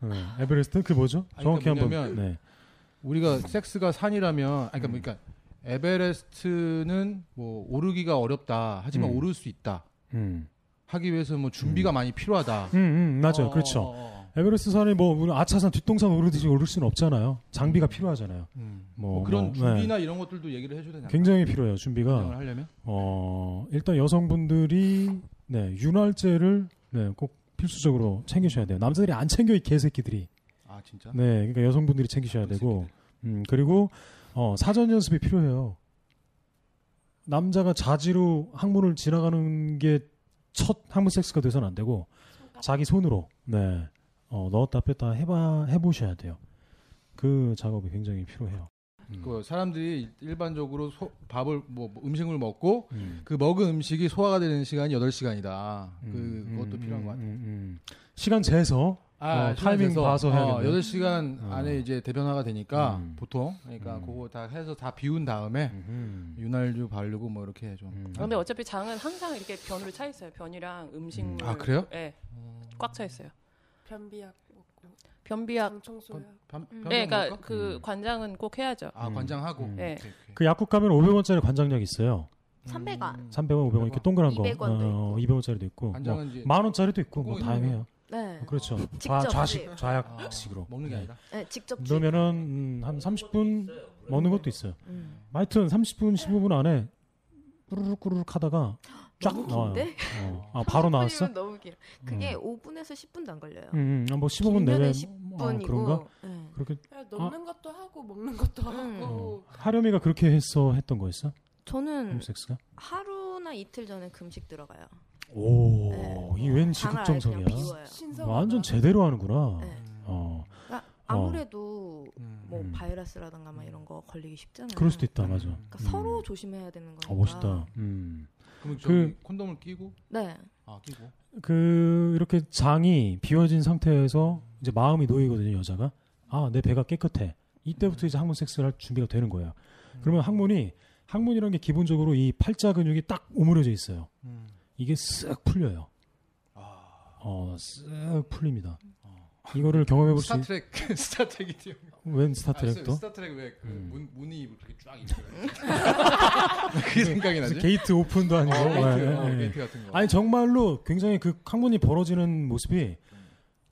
Speaker 3: 네. 에베레스트 그 뭐죠?
Speaker 4: 아니,
Speaker 3: 정확히
Speaker 4: 그러니까
Speaker 3: 한번.
Speaker 4: 뭐냐면
Speaker 3: 네.
Speaker 4: 우리가 섹스가 산이라면, 아니, 그러니까,
Speaker 3: 음.
Speaker 4: 뭐 그러니까 에베레스트는 뭐 오르기가 어렵다. 하지만
Speaker 3: 음.
Speaker 4: 오를 수 있다.
Speaker 3: 음.
Speaker 4: 하기 위해서 뭐 준비가 많이 필요하다.
Speaker 3: 음, 음, 맞아요.
Speaker 4: 어,
Speaker 3: 그렇죠.
Speaker 4: 어, 어, 어.
Speaker 3: 에베레스트 산이 뭐 물론 아차산 뒷동산 오르듯이 오를 수는 없잖아요. 장비가 필요하잖아요.
Speaker 4: 음.
Speaker 3: 뭐,
Speaker 4: 뭐 그런
Speaker 3: 뭐,
Speaker 4: 준비나 이런 것들도 얘기를 해줘야 되냐?
Speaker 3: 네. 굉장히 필요해요.
Speaker 4: 을
Speaker 3: 준비가
Speaker 4: 하려면
Speaker 3: 어, 일단 여성분들이 네, 윤활제를 네, 꼭 필수적으로 챙기셔야 돼요. 남자들이 안 챙겨 이 개새끼들이.
Speaker 4: 아 진짜?
Speaker 3: 네, 그러니까 여성분들이 챙기셔야 되고 음, 그리고 어, 사전 연습이 필요해요. 남자가 자지로 항문을 지나가는 게 첫 항문 섹스가 돼서는 안 되고 자기 손으로 네 어, 넣었다 뺐다 해봐 해보셔야 돼요. 그 작업이 굉장히 필요해요. 음.
Speaker 4: 그 사람들이 일반적으로 소- 밥을 뭐뭐 음식을 먹고
Speaker 3: 음.
Speaker 4: 그 먹은 음식이 소화가 되는 시간이 8시간이다.
Speaker 3: 음,
Speaker 4: 그, 것도
Speaker 3: 음,
Speaker 4: 필요한 것
Speaker 3: 음,
Speaker 4: 같아요.
Speaker 3: 음, 음. 시간 재서 어,
Speaker 4: 시간
Speaker 3: 타이밍
Speaker 4: 돼서,
Speaker 3: 봐서
Speaker 4: 어,
Speaker 3: 해야겠네요.
Speaker 4: 8시간
Speaker 3: 어.
Speaker 4: 안에 이제 대변화가 되니까
Speaker 3: 음.
Speaker 4: 보통 그러니까
Speaker 3: 음.
Speaker 4: 그거 다 해서 다 비운 다음에 윤활유 바르고 뭐 이렇게 좀
Speaker 3: 음.
Speaker 5: 근데 어차피 장은 항상 이렇게 변으로 차 있어요. 변이랑 음식.
Speaker 3: 음.
Speaker 4: 아, 그래요?
Speaker 5: 네, 꽉 차 있어요.
Speaker 6: 변비약 먹고
Speaker 5: 변비약.
Speaker 6: 장청소약
Speaker 3: 어.
Speaker 4: 변, 변
Speaker 5: 네, 그러니까
Speaker 4: 까
Speaker 5: 그
Speaker 3: 음. 관장은
Speaker 5: 관장은 꼭 해야죠.
Speaker 4: 아,
Speaker 3: 음.
Speaker 4: 관장하고.
Speaker 3: 음.
Speaker 5: 네.
Speaker 4: 오케이, 오케이.
Speaker 3: 그 약국 가면 500원짜리 관장약 있어요.
Speaker 8: 300원.
Speaker 4: 음.
Speaker 3: 300원, 500원 이렇게 동그란 거.
Speaker 8: 200원 도
Speaker 3: 어, 200원짜리도 있고. 뭐,
Speaker 4: 관장은 이제
Speaker 3: 만 원짜리도 있고 뭐
Speaker 4: 콩콩이
Speaker 3: 다양해요.
Speaker 8: 네.
Speaker 3: 그렇죠. 좌,
Speaker 8: 직접 네.
Speaker 3: 좌식
Speaker 8: 주세요.
Speaker 3: 좌약식으로.
Speaker 4: 아, 먹는 게 아니라.
Speaker 8: 네, 직접 주.
Speaker 3: 그러면은 음, 한 30분 먹는 것도 있어요.
Speaker 8: 음.
Speaker 3: 하여튼 30분, 15분 안에 꾸르륵 꾸르륵 하다가
Speaker 8: [gasps]
Speaker 3: 쫙
Speaker 8: 너무
Speaker 3: 나와요.
Speaker 8: 긴데?
Speaker 3: 어. 아
Speaker 8: [laughs]
Speaker 3: 바로 나왔어?
Speaker 8: 삼십
Speaker 3: 음,
Speaker 8: 분이면 너무 길어. 그게 5분에서 10분도 안 걸려요.
Speaker 3: 음, 음, 뭐 15분
Speaker 8: 길면은
Speaker 3: 내외.
Speaker 8: 10분이고.
Speaker 3: 아, 그런가?
Speaker 8: 네.
Speaker 3: 그렇게
Speaker 6: 넣는 것도 하고 먹는 것도
Speaker 5: 아,
Speaker 8: 음.
Speaker 6: 하고
Speaker 3: 어. 하렴이가 그렇게 했어 했던 거였어?
Speaker 8: 저는
Speaker 3: 홈섹스가?
Speaker 8: 하루나 이틀 전에 금식 들어가요.
Speaker 3: 오,
Speaker 8: 네.
Speaker 3: 이 웬
Speaker 8: 장을 아예 그냥
Speaker 3: 지극정성이야. 어.
Speaker 8: 비워요.
Speaker 6: 신선
Speaker 3: 완전 제대로 하는구나.
Speaker 8: 네.
Speaker 3: 어,
Speaker 8: 그러니까 아무래도
Speaker 4: 음.
Speaker 8: 뭐
Speaker 3: 음.
Speaker 8: 바이러스라든가 막 이런 거 걸리기 쉽잖아요.
Speaker 3: 그럴 수도 있다, 맞아.
Speaker 8: 그러니까
Speaker 3: 음.
Speaker 8: 서로 조심해야 되는 거니까.
Speaker 3: 어, 멋있다. 음.
Speaker 4: 그럼 저기
Speaker 3: 그-
Speaker 4: 콘돔을 끼고
Speaker 8: 네.
Speaker 4: 아, 끼고.
Speaker 3: 그 이렇게 장이 비워진 상태에서 이제 마음이 놓이거든요 여자가 아 내 배가 깨끗해 이때부터 이제 항문 섹스를 할 준비가 되는 거예요
Speaker 4: 음.
Speaker 3: 그러면 항문이 항문이라는 게 기본적으로 이 팔자 근육이 딱 오므려져 있어요
Speaker 4: 음. 아.
Speaker 3: 이게 쓱 풀려요 어쓱 풀립니다 이거를 경험해 볼 수
Speaker 4: 스타트랙 [laughs] 스타트랙이죠.
Speaker 3: 웬
Speaker 4: 아,
Speaker 3: 그 스타트랙도
Speaker 4: 스타트랙 왜그
Speaker 3: 음.
Speaker 4: 문, 문이 뭐 이렇게 쫙 있어요.
Speaker 3: [laughs]
Speaker 4: 그게 생각이 나지?
Speaker 3: 게이트 오픈도 아니고
Speaker 4: 어,
Speaker 3: 예,
Speaker 4: 게이트, 어,
Speaker 3: 예, 예.
Speaker 4: 게이트 같은 거.
Speaker 3: 아니 정말로 굉장히 그 항문이 벌어지는 모습이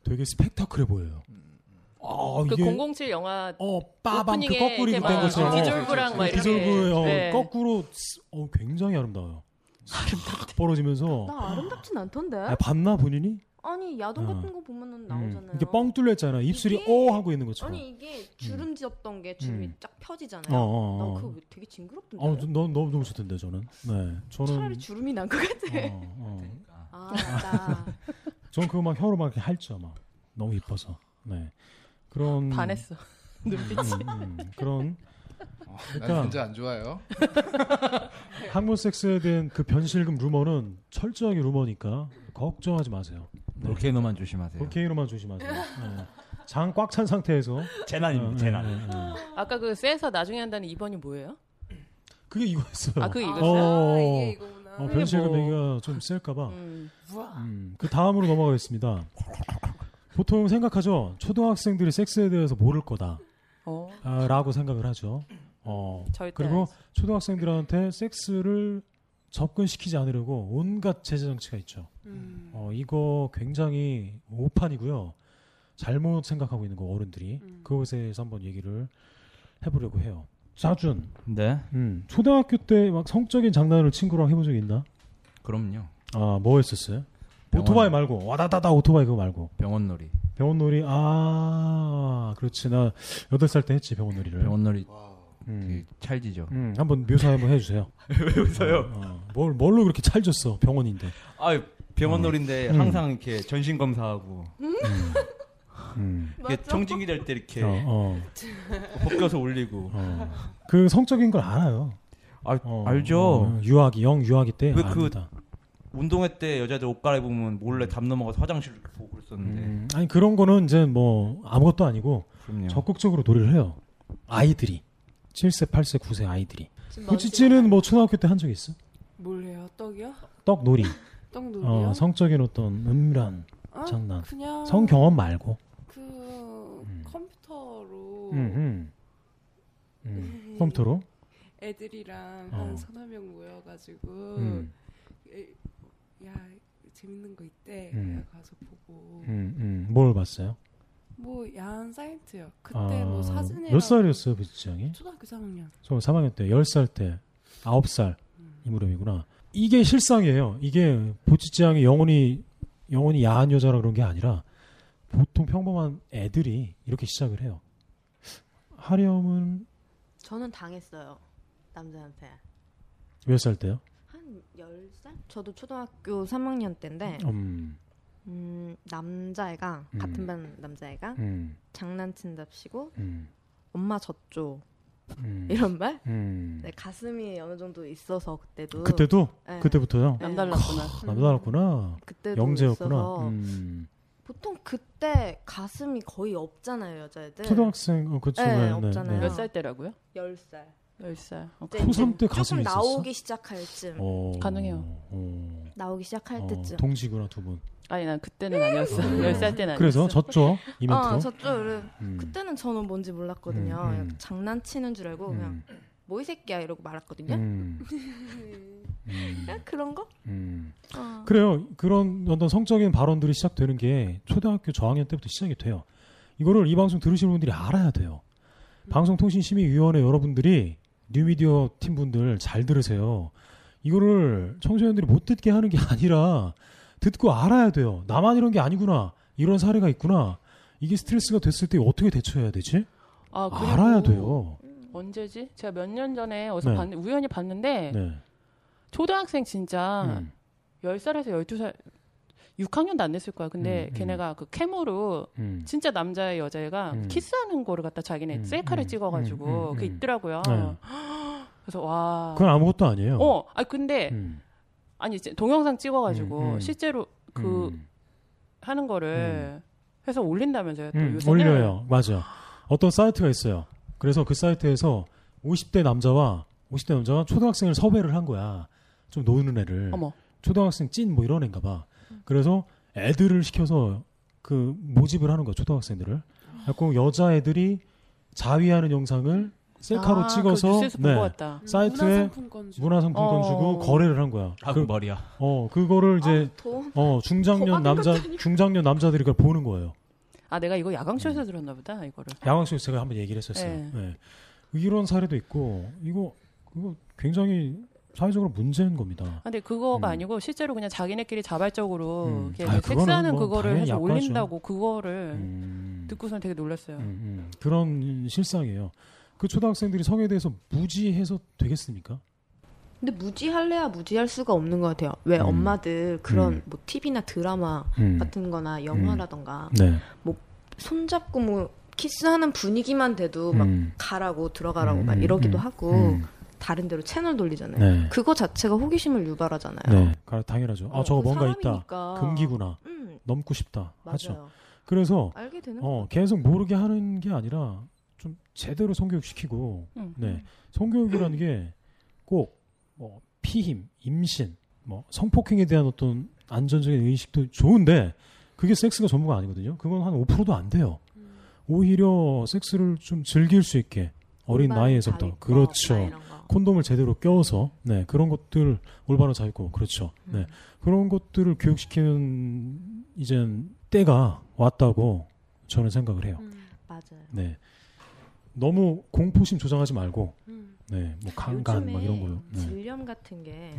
Speaker 3: 되게 스펙타클해 보여요
Speaker 4: 음,
Speaker 3: 아,
Speaker 5: 그
Speaker 3: 이게
Speaker 5: 007 영화
Speaker 3: 어, 빠밤 그
Speaker 5: 오프닝에
Speaker 3: 거꾸로
Speaker 5: 이렇게
Speaker 3: 입은
Speaker 5: 막
Speaker 3: 것처럼
Speaker 5: 비졸브랑 막
Speaker 3: 비
Speaker 5: 이렇게
Speaker 3: 졸부 어,
Speaker 5: 네.
Speaker 3: 거꾸로 쓰- 어, 굉장히 아름다워요. 탁 벌어지면서
Speaker 8: 나 아름답진 않던데.
Speaker 3: 아, 봤나 본인이?
Speaker 8: 아니 야동
Speaker 3: 어.
Speaker 8: 같은 거 보면은
Speaker 3: 음,
Speaker 8: 음. 나오잖아요.
Speaker 3: 이게 뻥 뚫렸잖아. 입술이
Speaker 8: 이게-
Speaker 3: 오 하고 있는 것처럼.
Speaker 8: 아니 이게 주름지었던 게 주름이
Speaker 3: 음.
Speaker 8: 쫙
Speaker 3: 어,
Speaker 8: 펴지잖아요.
Speaker 3: 어,
Speaker 8: 나
Speaker 3: 어.
Speaker 8: 그거 되게 징그럽던데.
Speaker 3: 어, 너, 너무 너무 좋던데 저는. 네,
Speaker 8: 차라리
Speaker 3: 저는.
Speaker 8: 주름이 난 것 같아.
Speaker 3: 어, 어.
Speaker 9: 그러니까
Speaker 8: 아 맞다.
Speaker 3: [laughs] 저는 그거 막 혀로 막 이렇게 할죠 막. 너무 이뻐서. 네. 그런
Speaker 8: 아,
Speaker 5: 반했어. [laughs] 눈빛이.
Speaker 3: 음, 음, 그런
Speaker 4: 어,
Speaker 3: 그러니까-
Speaker 4: 난 진짜 안 좋아요.
Speaker 3: 항문 섹스에 대한 그 변실금 루머는 철저하게 루머니까 걱정하지 마세요. 네.
Speaker 9: 볼케이노만 조심하세요.
Speaker 3: 볼케이노만 조심하세요. 네. 장 꽉 찬 상태에서
Speaker 7: 네,
Speaker 9: 재난입니다. 재난.
Speaker 3: 어, 어, 어.
Speaker 5: 아까 그 쎄서 나중에 한다는 2번이 뭐예요?
Speaker 3: 그게 이거였어요.
Speaker 5: 아, 그게
Speaker 6: 아,
Speaker 5: 이거였어요?
Speaker 3: 어.
Speaker 6: 이게 이거구나
Speaker 3: 어, 변실금
Speaker 5: 뭐.
Speaker 3: 얘기가 좀 셀까봐.
Speaker 5: 음.
Speaker 6: 우와
Speaker 3: 음, 그 다음으로 넘어가겠습니다. 보통 생각하죠. 초등학생들이 섹스에 대해서 모를 아,
Speaker 5: 어.
Speaker 3: 거다라고 생각을 하죠. 어,
Speaker 5: 절대
Speaker 3: 그리고
Speaker 5: 아니지.
Speaker 3: 초등학생들한테 섹스를 접근시키지 않으려고 온갖 제재 장치가 있죠.
Speaker 6: 음.
Speaker 3: 어, 이거 굉장히 오판이고요. 잘못 생각하고 있는 거 어른들이
Speaker 6: 음.
Speaker 3: 그것에 대해서 한번 얘기를 해보려고 해요. 자준,
Speaker 9: 네.
Speaker 3: 음, 초등학교 때 막 성적인 장난을 친구랑 해본 적 있나?
Speaker 9: 그럼요.
Speaker 3: 아, 뭐 했었어요? 오토바이
Speaker 9: 병원-
Speaker 3: 말고 와다다다 오토바이 그거 말고
Speaker 9: 병원놀이.
Speaker 3: 병원놀이 아 그렇지 나 여덟 살 때 했지 병원놀이를
Speaker 9: 병원놀이
Speaker 3: 음.
Speaker 9: 그 찰지죠.
Speaker 3: 음, [laughs] 한번 묘사 한번 해주세요
Speaker 9: 왜 웃어요?
Speaker 3: 어, 뭘, 뭘로 그렇게 찰졌어 병원인데
Speaker 9: 아
Speaker 10: 병원
Speaker 9: 음.
Speaker 10: 놀인데
Speaker 9: 음.
Speaker 10: 항상 이렇게 전신 검사하고
Speaker 3: 음.
Speaker 10: 이렇게 정진기 될 때 이렇게
Speaker 3: 어, 어.
Speaker 10: 벗겨서 올리고
Speaker 3: 그 성적인 걸 알아요. 어, 어, 유아기 영 유아기
Speaker 10: 왜
Speaker 3: 때
Speaker 10: 그
Speaker 3: 압니다.
Speaker 10: 운동회 때 여자들 옷 갈아입으면
Speaker 3: 음.
Speaker 10: 몰래 담 넘어가서 화장실 이렇게 보고 그랬었는데
Speaker 3: 아니 그런 거는 이제 뭐 아무것도 아니고
Speaker 10: 그럼요.
Speaker 3: 적극적으로 놀이를 해요. 아이들이 7세, 8세, 9세 아이들이.
Speaker 6: 지금
Speaker 3: 고치찌는 뭐 초등학교 때 한 적 있어?
Speaker 6: 뭘 해요? 떡이요?
Speaker 3: 떡 놀이.
Speaker 6: 떡놀이요?
Speaker 3: 어, 성적인 어떤 은밀한
Speaker 6: 아,
Speaker 3: 장난.
Speaker 6: 그냥-
Speaker 3: 성 경험 말고.
Speaker 6: 그 컴퓨터로
Speaker 3: 음, 음. 음. 컴퓨터로.
Speaker 6: 애들이랑
Speaker 3: 어.
Speaker 6: 한 서너 명 모여가지고
Speaker 3: 음.
Speaker 6: 에, 야 재밌는 거 있대
Speaker 3: 음.
Speaker 6: 내가 가서 보고
Speaker 3: 음, 음. 뭘 봤어요?
Speaker 6: 뭐 야한 사이트요 그때
Speaker 3: 아,
Speaker 6: 뭐 사진이랑
Speaker 3: 몇 살이었어요, 부지장이?
Speaker 6: 초등학교 3학년 음,
Speaker 3: 저 3학년 때, 10살 때, 9살 이 무렵이구나. 이게 실상이에요. 이게 보치지향이 영원히 영원히 야한 여자라 그런 게 아니라 보통 평범한 애들이 이렇게 시작을 해요. 하렴은
Speaker 11: 저는 당했어요. 남자한테.
Speaker 3: 몇 살 때요?
Speaker 11: 한 10살? 저도 초등학교 3학년 때인데
Speaker 3: 음.
Speaker 11: 음, 남자애가
Speaker 3: 음.
Speaker 11: 같은 반 남자애가
Speaker 3: 음.
Speaker 11: 장난친답시고
Speaker 3: 음.
Speaker 11: 엄마 젖줘
Speaker 3: 음.
Speaker 11: 이런 말?
Speaker 3: 음.
Speaker 11: 네, 가슴이 어느 정도 있어서 그때도
Speaker 3: 그때도
Speaker 11: 네.
Speaker 3: 그때부터요.
Speaker 11: 네.
Speaker 3: 크, 남달랐구나.
Speaker 11: 그때도
Speaker 3: 영재였구나.
Speaker 11: 있어서
Speaker 3: 음.
Speaker 11: 보통 그때 가슴이 거의 없잖아요 여자애들
Speaker 3: 초등학생, 어, 그쵸, 네,
Speaker 11: 네,
Speaker 3: 네,
Speaker 11: 없잖아요
Speaker 3: 네. 몇살
Speaker 5: 때라고요? 네.
Speaker 11: 10살
Speaker 5: 열살. 어,
Speaker 3: 초삼 때 가슴이
Speaker 11: 조금
Speaker 3: 있었어?
Speaker 11: 나오기 시작할 쯤
Speaker 3: 어.
Speaker 5: 가능해요.
Speaker 3: 어.
Speaker 11: 나오기 시작할
Speaker 3: 어,
Speaker 11: 때쯤
Speaker 3: 동시구나 두 분.
Speaker 5: 아니 난 그때는 아니었어. 열 살 때는 아니었어.
Speaker 3: 그래서 졌죠 이벤트로.
Speaker 11: 어, 저쪽
Speaker 3: 음.
Speaker 11: 그때는 저는 뭔지 몰랐거든요.
Speaker 3: 음, 음.
Speaker 11: 그냥 장난치는 줄 알고 그냥 네? 뭐 이 새끼야 이러고 말았거든요.
Speaker 3: 음.
Speaker 11: 그냥 그런 거?
Speaker 3: 음.
Speaker 11: 어.
Speaker 3: 그래요. 그런 어떤 성적인 발언들이 시작되는 게 초등학교 저학년 때부터 시작이 돼요. 이거를 이 방송 들으시는 분들이 알아야 돼요. 방송통신심의위원회 여러분들이 뉴미디어 팀분들 잘 들으세요. 이거를 청소년들이 못 듣게 하는 게 아니라 듣고 알아야 돼요. 나만 이런 게 아니구나. 이런 사례가 있구나. 이게 스트레스가 됐을 때 어떻게 대처해야 되지?
Speaker 5: 아, 그리고
Speaker 3: 알아야 돼요.
Speaker 5: 언제지? 제가 몇 년 전에 어디서
Speaker 3: 네.
Speaker 5: 봤는데 우연히 봤는데
Speaker 3: 네. 음.
Speaker 5: 초등학생 진짜 열 10살에서 12살 6학년도 안 됐을 거야. 근데
Speaker 3: 음, 음.
Speaker 5: 걔네가 그 캠으로
Speaker 3: 음.
Speaker 5: 진짜 남자의 여자애가
Speaker 3: 음.
Speaker 5: 키스하는 거를 갖다 자기네 셀카를 찍어가지고
Speaker 3: 음, 음,
Speaker 5: 그게
Speaker 3: 음.
Speaker 5: 있더라고요.
Speaker 3: 네.
Speaker 5: 그래서 와.
Speaker 3: 그건 아무것도 아니에요.
Speaker 5: 어, 아 근데
Speaker 3: 음.
Speaker 5: 아니 이제 동영상 찍어가지고
Speaker 3: 음, 음.
Speaker 5: 실제로 그
Speaker 10: 음.
Speaker 5: 하는 거를 해서 올린다면서요. 또
Speaker 3: 음,
Speaker 5: 요새는
Speaker 3: 올려요. 맞아. 어떤 사이트가 있어요. 그래서 그 사이트에서 50대 남자와 50대 남자와 초등학생을 섭외를 한 거야. 좀 노는 애를.
Speaker 5: 어머. 음.
Speaker 3: 초등학생 찐 뭐 이런 애인가 봐. 그래서 애들을 시켜서 그 모집을 하는 거야. 초등학생들을. 그래고 여자애들이 자위하는 영상을 셀카로
Speaker 5: 아, 그
Speaker 3: 찍어서 네.
Speaker 5: 뉴스에서 본것 같다. 음,
Speaker 3: 사이트에 뭐?
Speaker 6: 문화상품권 주고.
Speaker 3: 문화상품권 주고
Speaker 5: 어.
Speaker 3: 거래를 한 거야.
Speaker 10: 아이고, 머리야.
Speaker 3: 어, 그거를
Speaker 5: 아.
Speaker 3: 이제
Speaker 5: 돈-
Speaker 3: 어, 중장년
Speaker 5: 돈 받는
Speaker 3: 남자
Speaker 5: 것도 아니고.
Speaker 3: 중장년 남자들이 그걸 보는 거예요.
Speaker 5: 아 내가 이거 야광쇼에서
Speaker 3: 음.
Speaker 5: 들었나 보다 이거를.
Speaker 3: 야광쇼에서 제가 한번 얘기를 했었어요.
Speaker 5: 네.
Speaker 3: 예. 이런 사례도 있고 이거 그거 굉장히 사회적으로 문제인 겁니다.
Speaker 5: 아, 근데 그거가 아니고 실제로 그냥 자기네끼리 자발적으로
Speaker 3: 음.
Speaker 5: 이렇게
Speaker 3: 아, 그거는
Speaker 5: 섹스하는
Speaker 3: 뭐
Speaker 5: 그거를
Speaker 3: 당연히
Speaker 5: 해서
Speaker 3: 약과죠.
Speaker 5: 올린다고
Speaker 11: 네.
Speaker 5: 그거를 듣고선 되게 놀랐어요.
Speaker 3: 음, 그런 실상이에요. 그 초등학생들이 성에 대해서 무지해서 되겠습니까?
Speaker 11: 근데 무지할래야 무지할 수가 없는 것 같아요. 왜
Speaker 3: 음.
Speaker 11: 엄마들 그런
Speaker 3: 음.
Speaker 11: 뭐 TV나 드라마
Speaker 3: 음.
Speaker 11: 같은 거나 영화라던가
Speaker 3: 네.
Speaker 11: 뭐 손잡고 뭐 키스하는 분위기만 돼도 막
Speaker 3: 음.
Speaker 11: 가라고 들어가라고
Speaker 3: 음,
Speaker 11: 막
Speaker 3: 음,
Speaker 11: 이러기도
Speaker 3: 음,
Speaker 11: 하고
Speaker 3: 음.
Speaker 11: 다른 데로 채널 돌리잖아요.
Speaker 3: 네.
Speaker 11: 그거 자체가 호기심을 유발하잖아요.
Speaker 3: 네, 가- 당연하죠. 아,
Speaker 11: 어,
Speaker 3: 저거
Speaker 11: 그
Speaker 3: 뭔가
Speaker 11: 사람이니까.
Speaker 3: 있다. 금기구나.
Speaker 11: 음.
Speaker 3: 넘고 싶다.
Speaker 11: 맞아요.
Speaker 3: 하죠. 그래서
Speaker 11: 알게 되는 것
Speaker 3: 어, 계속 모르게 하는 게 아니라 좀 제대로 성교육시키고
Speaker 11: 음.
Speaker 3: 네. 성교육이라는 게꼭뭐 피임, 임신, 뭐 성폭행에 대한 어떤 안전적인 의식도 좋은데 그게 섹스가 전부가 아니거든요. 그건 한 5%도 안 돼요.
Speaker 11: 음.
Speaker 3: 오히려 섹스를 좀 즐길 수 있게 어린
Speaker 11: 올바른 어,
Speaker 3: 나이에서부터 그렇죠. 콘돔을 제대로 껴서 네 그런 것들 올바로 잘 입고 그렇죠.
Speaker 11: 음.
Speaker 3: 네 그런 것들을 교육시키는 이제 때가 왔다고 저는 생각을
Speaker 11: 음.
Speaker 3: 해요.
Speaker 11: 맞아요.
Speaker 3: 네 너무 공포심 조장하지 말고
Speaker 11: 음.
Speaker 3: 네뭐 강간 막 이런 걸로
Speaker 11: 요즘에
Speaker 3: 네.
Speaker 11: 질염 같은 게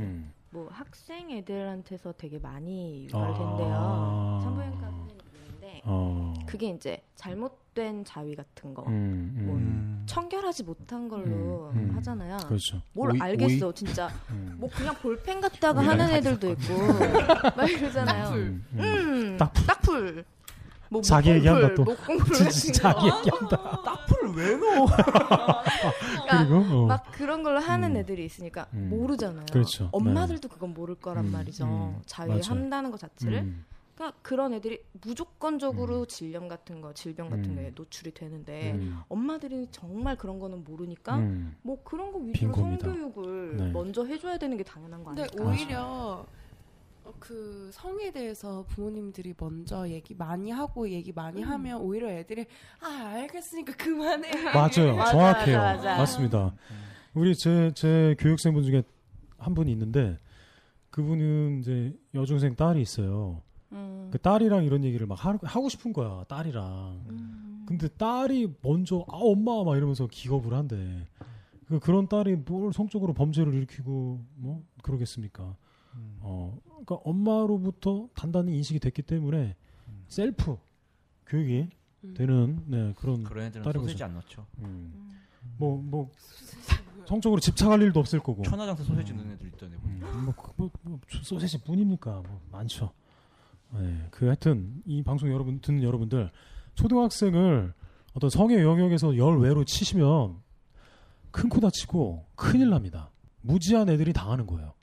Speaker 11: 뭐
Speaker 3: 음.
Speaker 11: 학생 애들한테서 되게 많이
Speaker 3: 아.
Speaker 11: 유발된대요. 그 산부인과 선생님인데
Speaker 3: 어.
Speaker 11: 그게 이제 잘못된 자위 같은 거,
Speaker 3: 음, 음.
Speaker 11: 청결하지 못한 걸로
Speaker 3: 음, 음.
Speaker 11: 하잖아요.
Speaker 3: 그렇죠.
Speaker 11: 뭘
Speaker 3: 오이-
Speaker 11: 알겠어,
Speaker 3: 오이?
Speaker 11: 진짜.
Speaker 3: 음.
Speaker 11: 뭐 그냥
Speaker 3: [laughs]
Speaker 11: 볼펜 갖다가
Speaker 3: 오이
Speaker 11: 하는
Speaker 3: 아니야, [laughs]
Speaker 11: 애들도 있고 막 이러잖아요.
Speaker 3: 음, 음.
Speaker 11: 음,
Speaker 3: 딱풀.
Speaker 11: 딱풀. 뭐
Speaker 3: 자기 얘기한다 또.
Speaker 11: 목공풀
Speaker 3: [laughs] 진-
Speaker 11: 같은
Speaker 3: 진짜
Speaker 11: 거.
Speaker 3: 자기 얘기한다.
Speaker 11: 딱풀을 왜
Speaker 3: 그리고,
Speaker 11: 넣어?
Speaker 3: 어.
Speaker 11: 그러니까 막 그런 걸로 하는 애들이 있으니까
Speaker 3: 음.
Speaker 11: 모르잖아요.
Speaker 3: 그렇죠.
Speaker 11: 엄마들도 그건 모를 거란
Speaker 3: 음,
Speaker 11: 말이죠.
Speaker 3: 음.
Speaker 11: 자유한다는 것 자체를.
Speaker 3: 음.
Speaker 11: 그러니까 그런 애들이 무조건적으로 질병 같은 거, 질병 같은
Speaker 3: 음.
Speaker 11: 거에 노출이 되는데
Speaker 3: 음.
Speaker 11: 엄마들이 정말 그런 거는 모르니까
Speaker 3: 음.
Speaker 11: 뭐 그런 거
Speaker 3: 빈
Speaker 11: 위주로
Speaker 3: 겁니다.
Speaker 11: 성교육을
Speaker 3: 네.
Speaker 11: 먼저 해줘야 되는 게 당연한 거
Speaker 6: 근데
Speaker 11: 아닐까?
Speaker 6: 오히려 어, 그 성에 대해서 부모님들이 먼저 얘기 많이 하고 얘기 많이
Speaker 11: 음.
Speaker 6: 하면 오히려 애들이 아 알겠으니까 그만해.
Speaker 3: 맞아요. 정확해요.
Speaker 6: 맞아, 맞아.
Speaker 3: 맞습니다. 우리 제, 제 교육생분 중에 한 분이 있는데 그분은 이제 여중생 딸이 있어요.
Speaker 5: 음.
Speaker 3: 그 딸이랑 이런 얘기를 막 하, 하고 싶은 거야. 딸이랑. 근데 딸이 먼저 아 엄마 막 이러면서 기겁을 한대. 그 그런 딸이 뭘 성적으로 범죄를 일으키고 뭐 그러겠습니까? 어, 그러니까 엄마로부터 단단히 인식이 됐기 때문에 셀프 교육이 되는 네, 그런
Speaker 10: 그런 애들은
Speaker 3: 딸이
Speaker 10: 소세지
Speaker 3: 거죠.
Speaker 10: 안 넣죠.
Speaker 3: 음. 뭐, 뭐, 성적으로 집착할 일도 없을 거고.
Speaker 10: 천하장사 소세지 넣는 애들 있던데 보니까.
Speaker 3: 뭐. 음, 뭐, 그, 뭐, 뭐, 소- 소세지 뿐입니까? 뭐, 많죠. 네, 그 하여튼 이 방송 여러분 듣는 여러분들 초등학생을 어떤 성의 영역에서 열외로 치시면 큰 코 다치고 큰일 납니다. 무지한 애들이 당하는 거예요.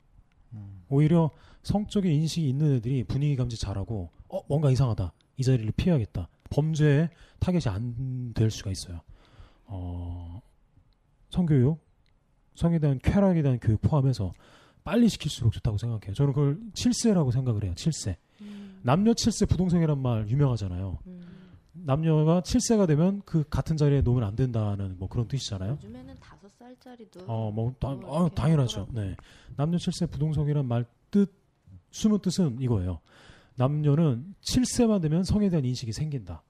Speaker 3: 오히려 성적인 인식이 있는 애들이 분위기 감지 잘하고 어 뭔가 이상하다 이 자리를 피해야겠다 범죄의 타겟이 안 될 수가 있어요. 어, 성교육, 성에 대한 쾌락에 대한 교육 포함해서 빨리 시킬수록 좋다고 생각해요. 저는 그걸 칠세라고 생각을 해요. 칠세.
Speaker 11: 음.
Speaker 3: 남녀 칠세 부동성이란 말 유명하잖아요. 남녀가 칠세가 되면 그 같은 자리에 놓으면 안 된다는 뭐 그런 뜻이잖아요.
Speaker 11: 음. 요즘에는 다섯 살짜리도
Speaker 3: 어, 뭐, 다-
Speaker 11: 또
Speaker 3: 아,
Speaker 11: 이렇게
Speaker 3: 당연하죠. 네. 남녀 칠세 부동성이란 말 뜻, 숨은 뜻은 이거예요. 남녀는 칠세만 되면 성에 대한 인식이 생긴다.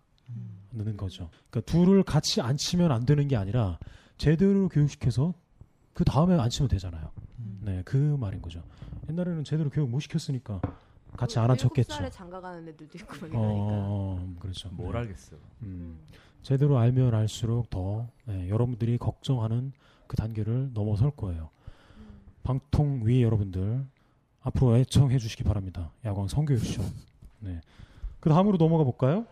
Speaker 3: 는 거죠. 그러니까 둘을 같이 앉히면 안 되는 게 아니라 제대로 교육시켜서 그 다음에 앉히면 되잖아요.
Speaker 11: 음.
Speaker 3: 네, 그 말인 거죠. 옛날에는 제대로 교육 못 시켰으니까 같이 안 앉혔겠죠.
Speaker 11: 어, 7살에 장가 가는 애들도 있고 막
Speaker 3: 어,
Speaker 11: 이러니까.
Speaker 3: 어, 그렇죠.
Speaker 10: 뭘
Speaker 3: 네.
Speaker 10: 알겠어.
Speaker 3: 음. 제대로 알면 알수록 더 예, 여러분들이 걱정하는 그 단계를 넘어설 거예요. 방통 위 여러분들 앞으로 애청해 주시기 바랍니다. 야광 성교육쇼. 네. 그 다음으로 넘어가 볼까요?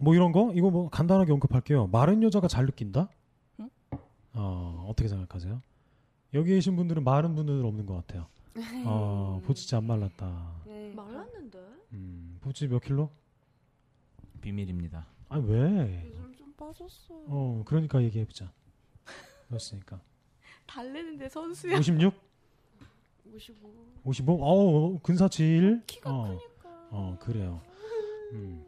Speaker 3: 뭐 이런 거 이거 뭐 간단하게 언급할게요. 마른 여자가 잘 느낀다. 어, 어떻게 생각하세요? 여기 계신 분들은 마른 분들은 없는 것 같아요. 어, 보치지 안 말랐다.
Speaker 6: 네.
Speaker 11: 말랐는데
Speaker 3: 음, 보치 몇 킬로?
Speaker 10: 비밀입니다.
Speaker 3: 아니 왜?
Speaker 6: 요즘 좀 빠졌어.
Speaker 3: 어, 그러니까 얘기해 [laughs] 보자. 그렇으니까.
Speaker 6: 달래는데 선수야.
Speaker 3: 56?
Speaker 11: 음.
Speaker 6: 55.
Speaker 3: 55? 어우, 근사치일? 키가 어. 크니까. 어, 그래요. 음.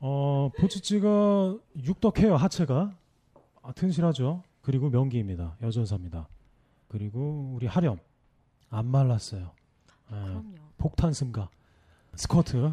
Speaker 3: 어, 보츠찌가 육덕해요, 하체가. 아, 튼실하죠. 그리고 명기입니다. 여전사입니다. 그리고 우리 하렴. 안 말랐어요. 아, 그럼요. 폭탄 승가. 스쿼트.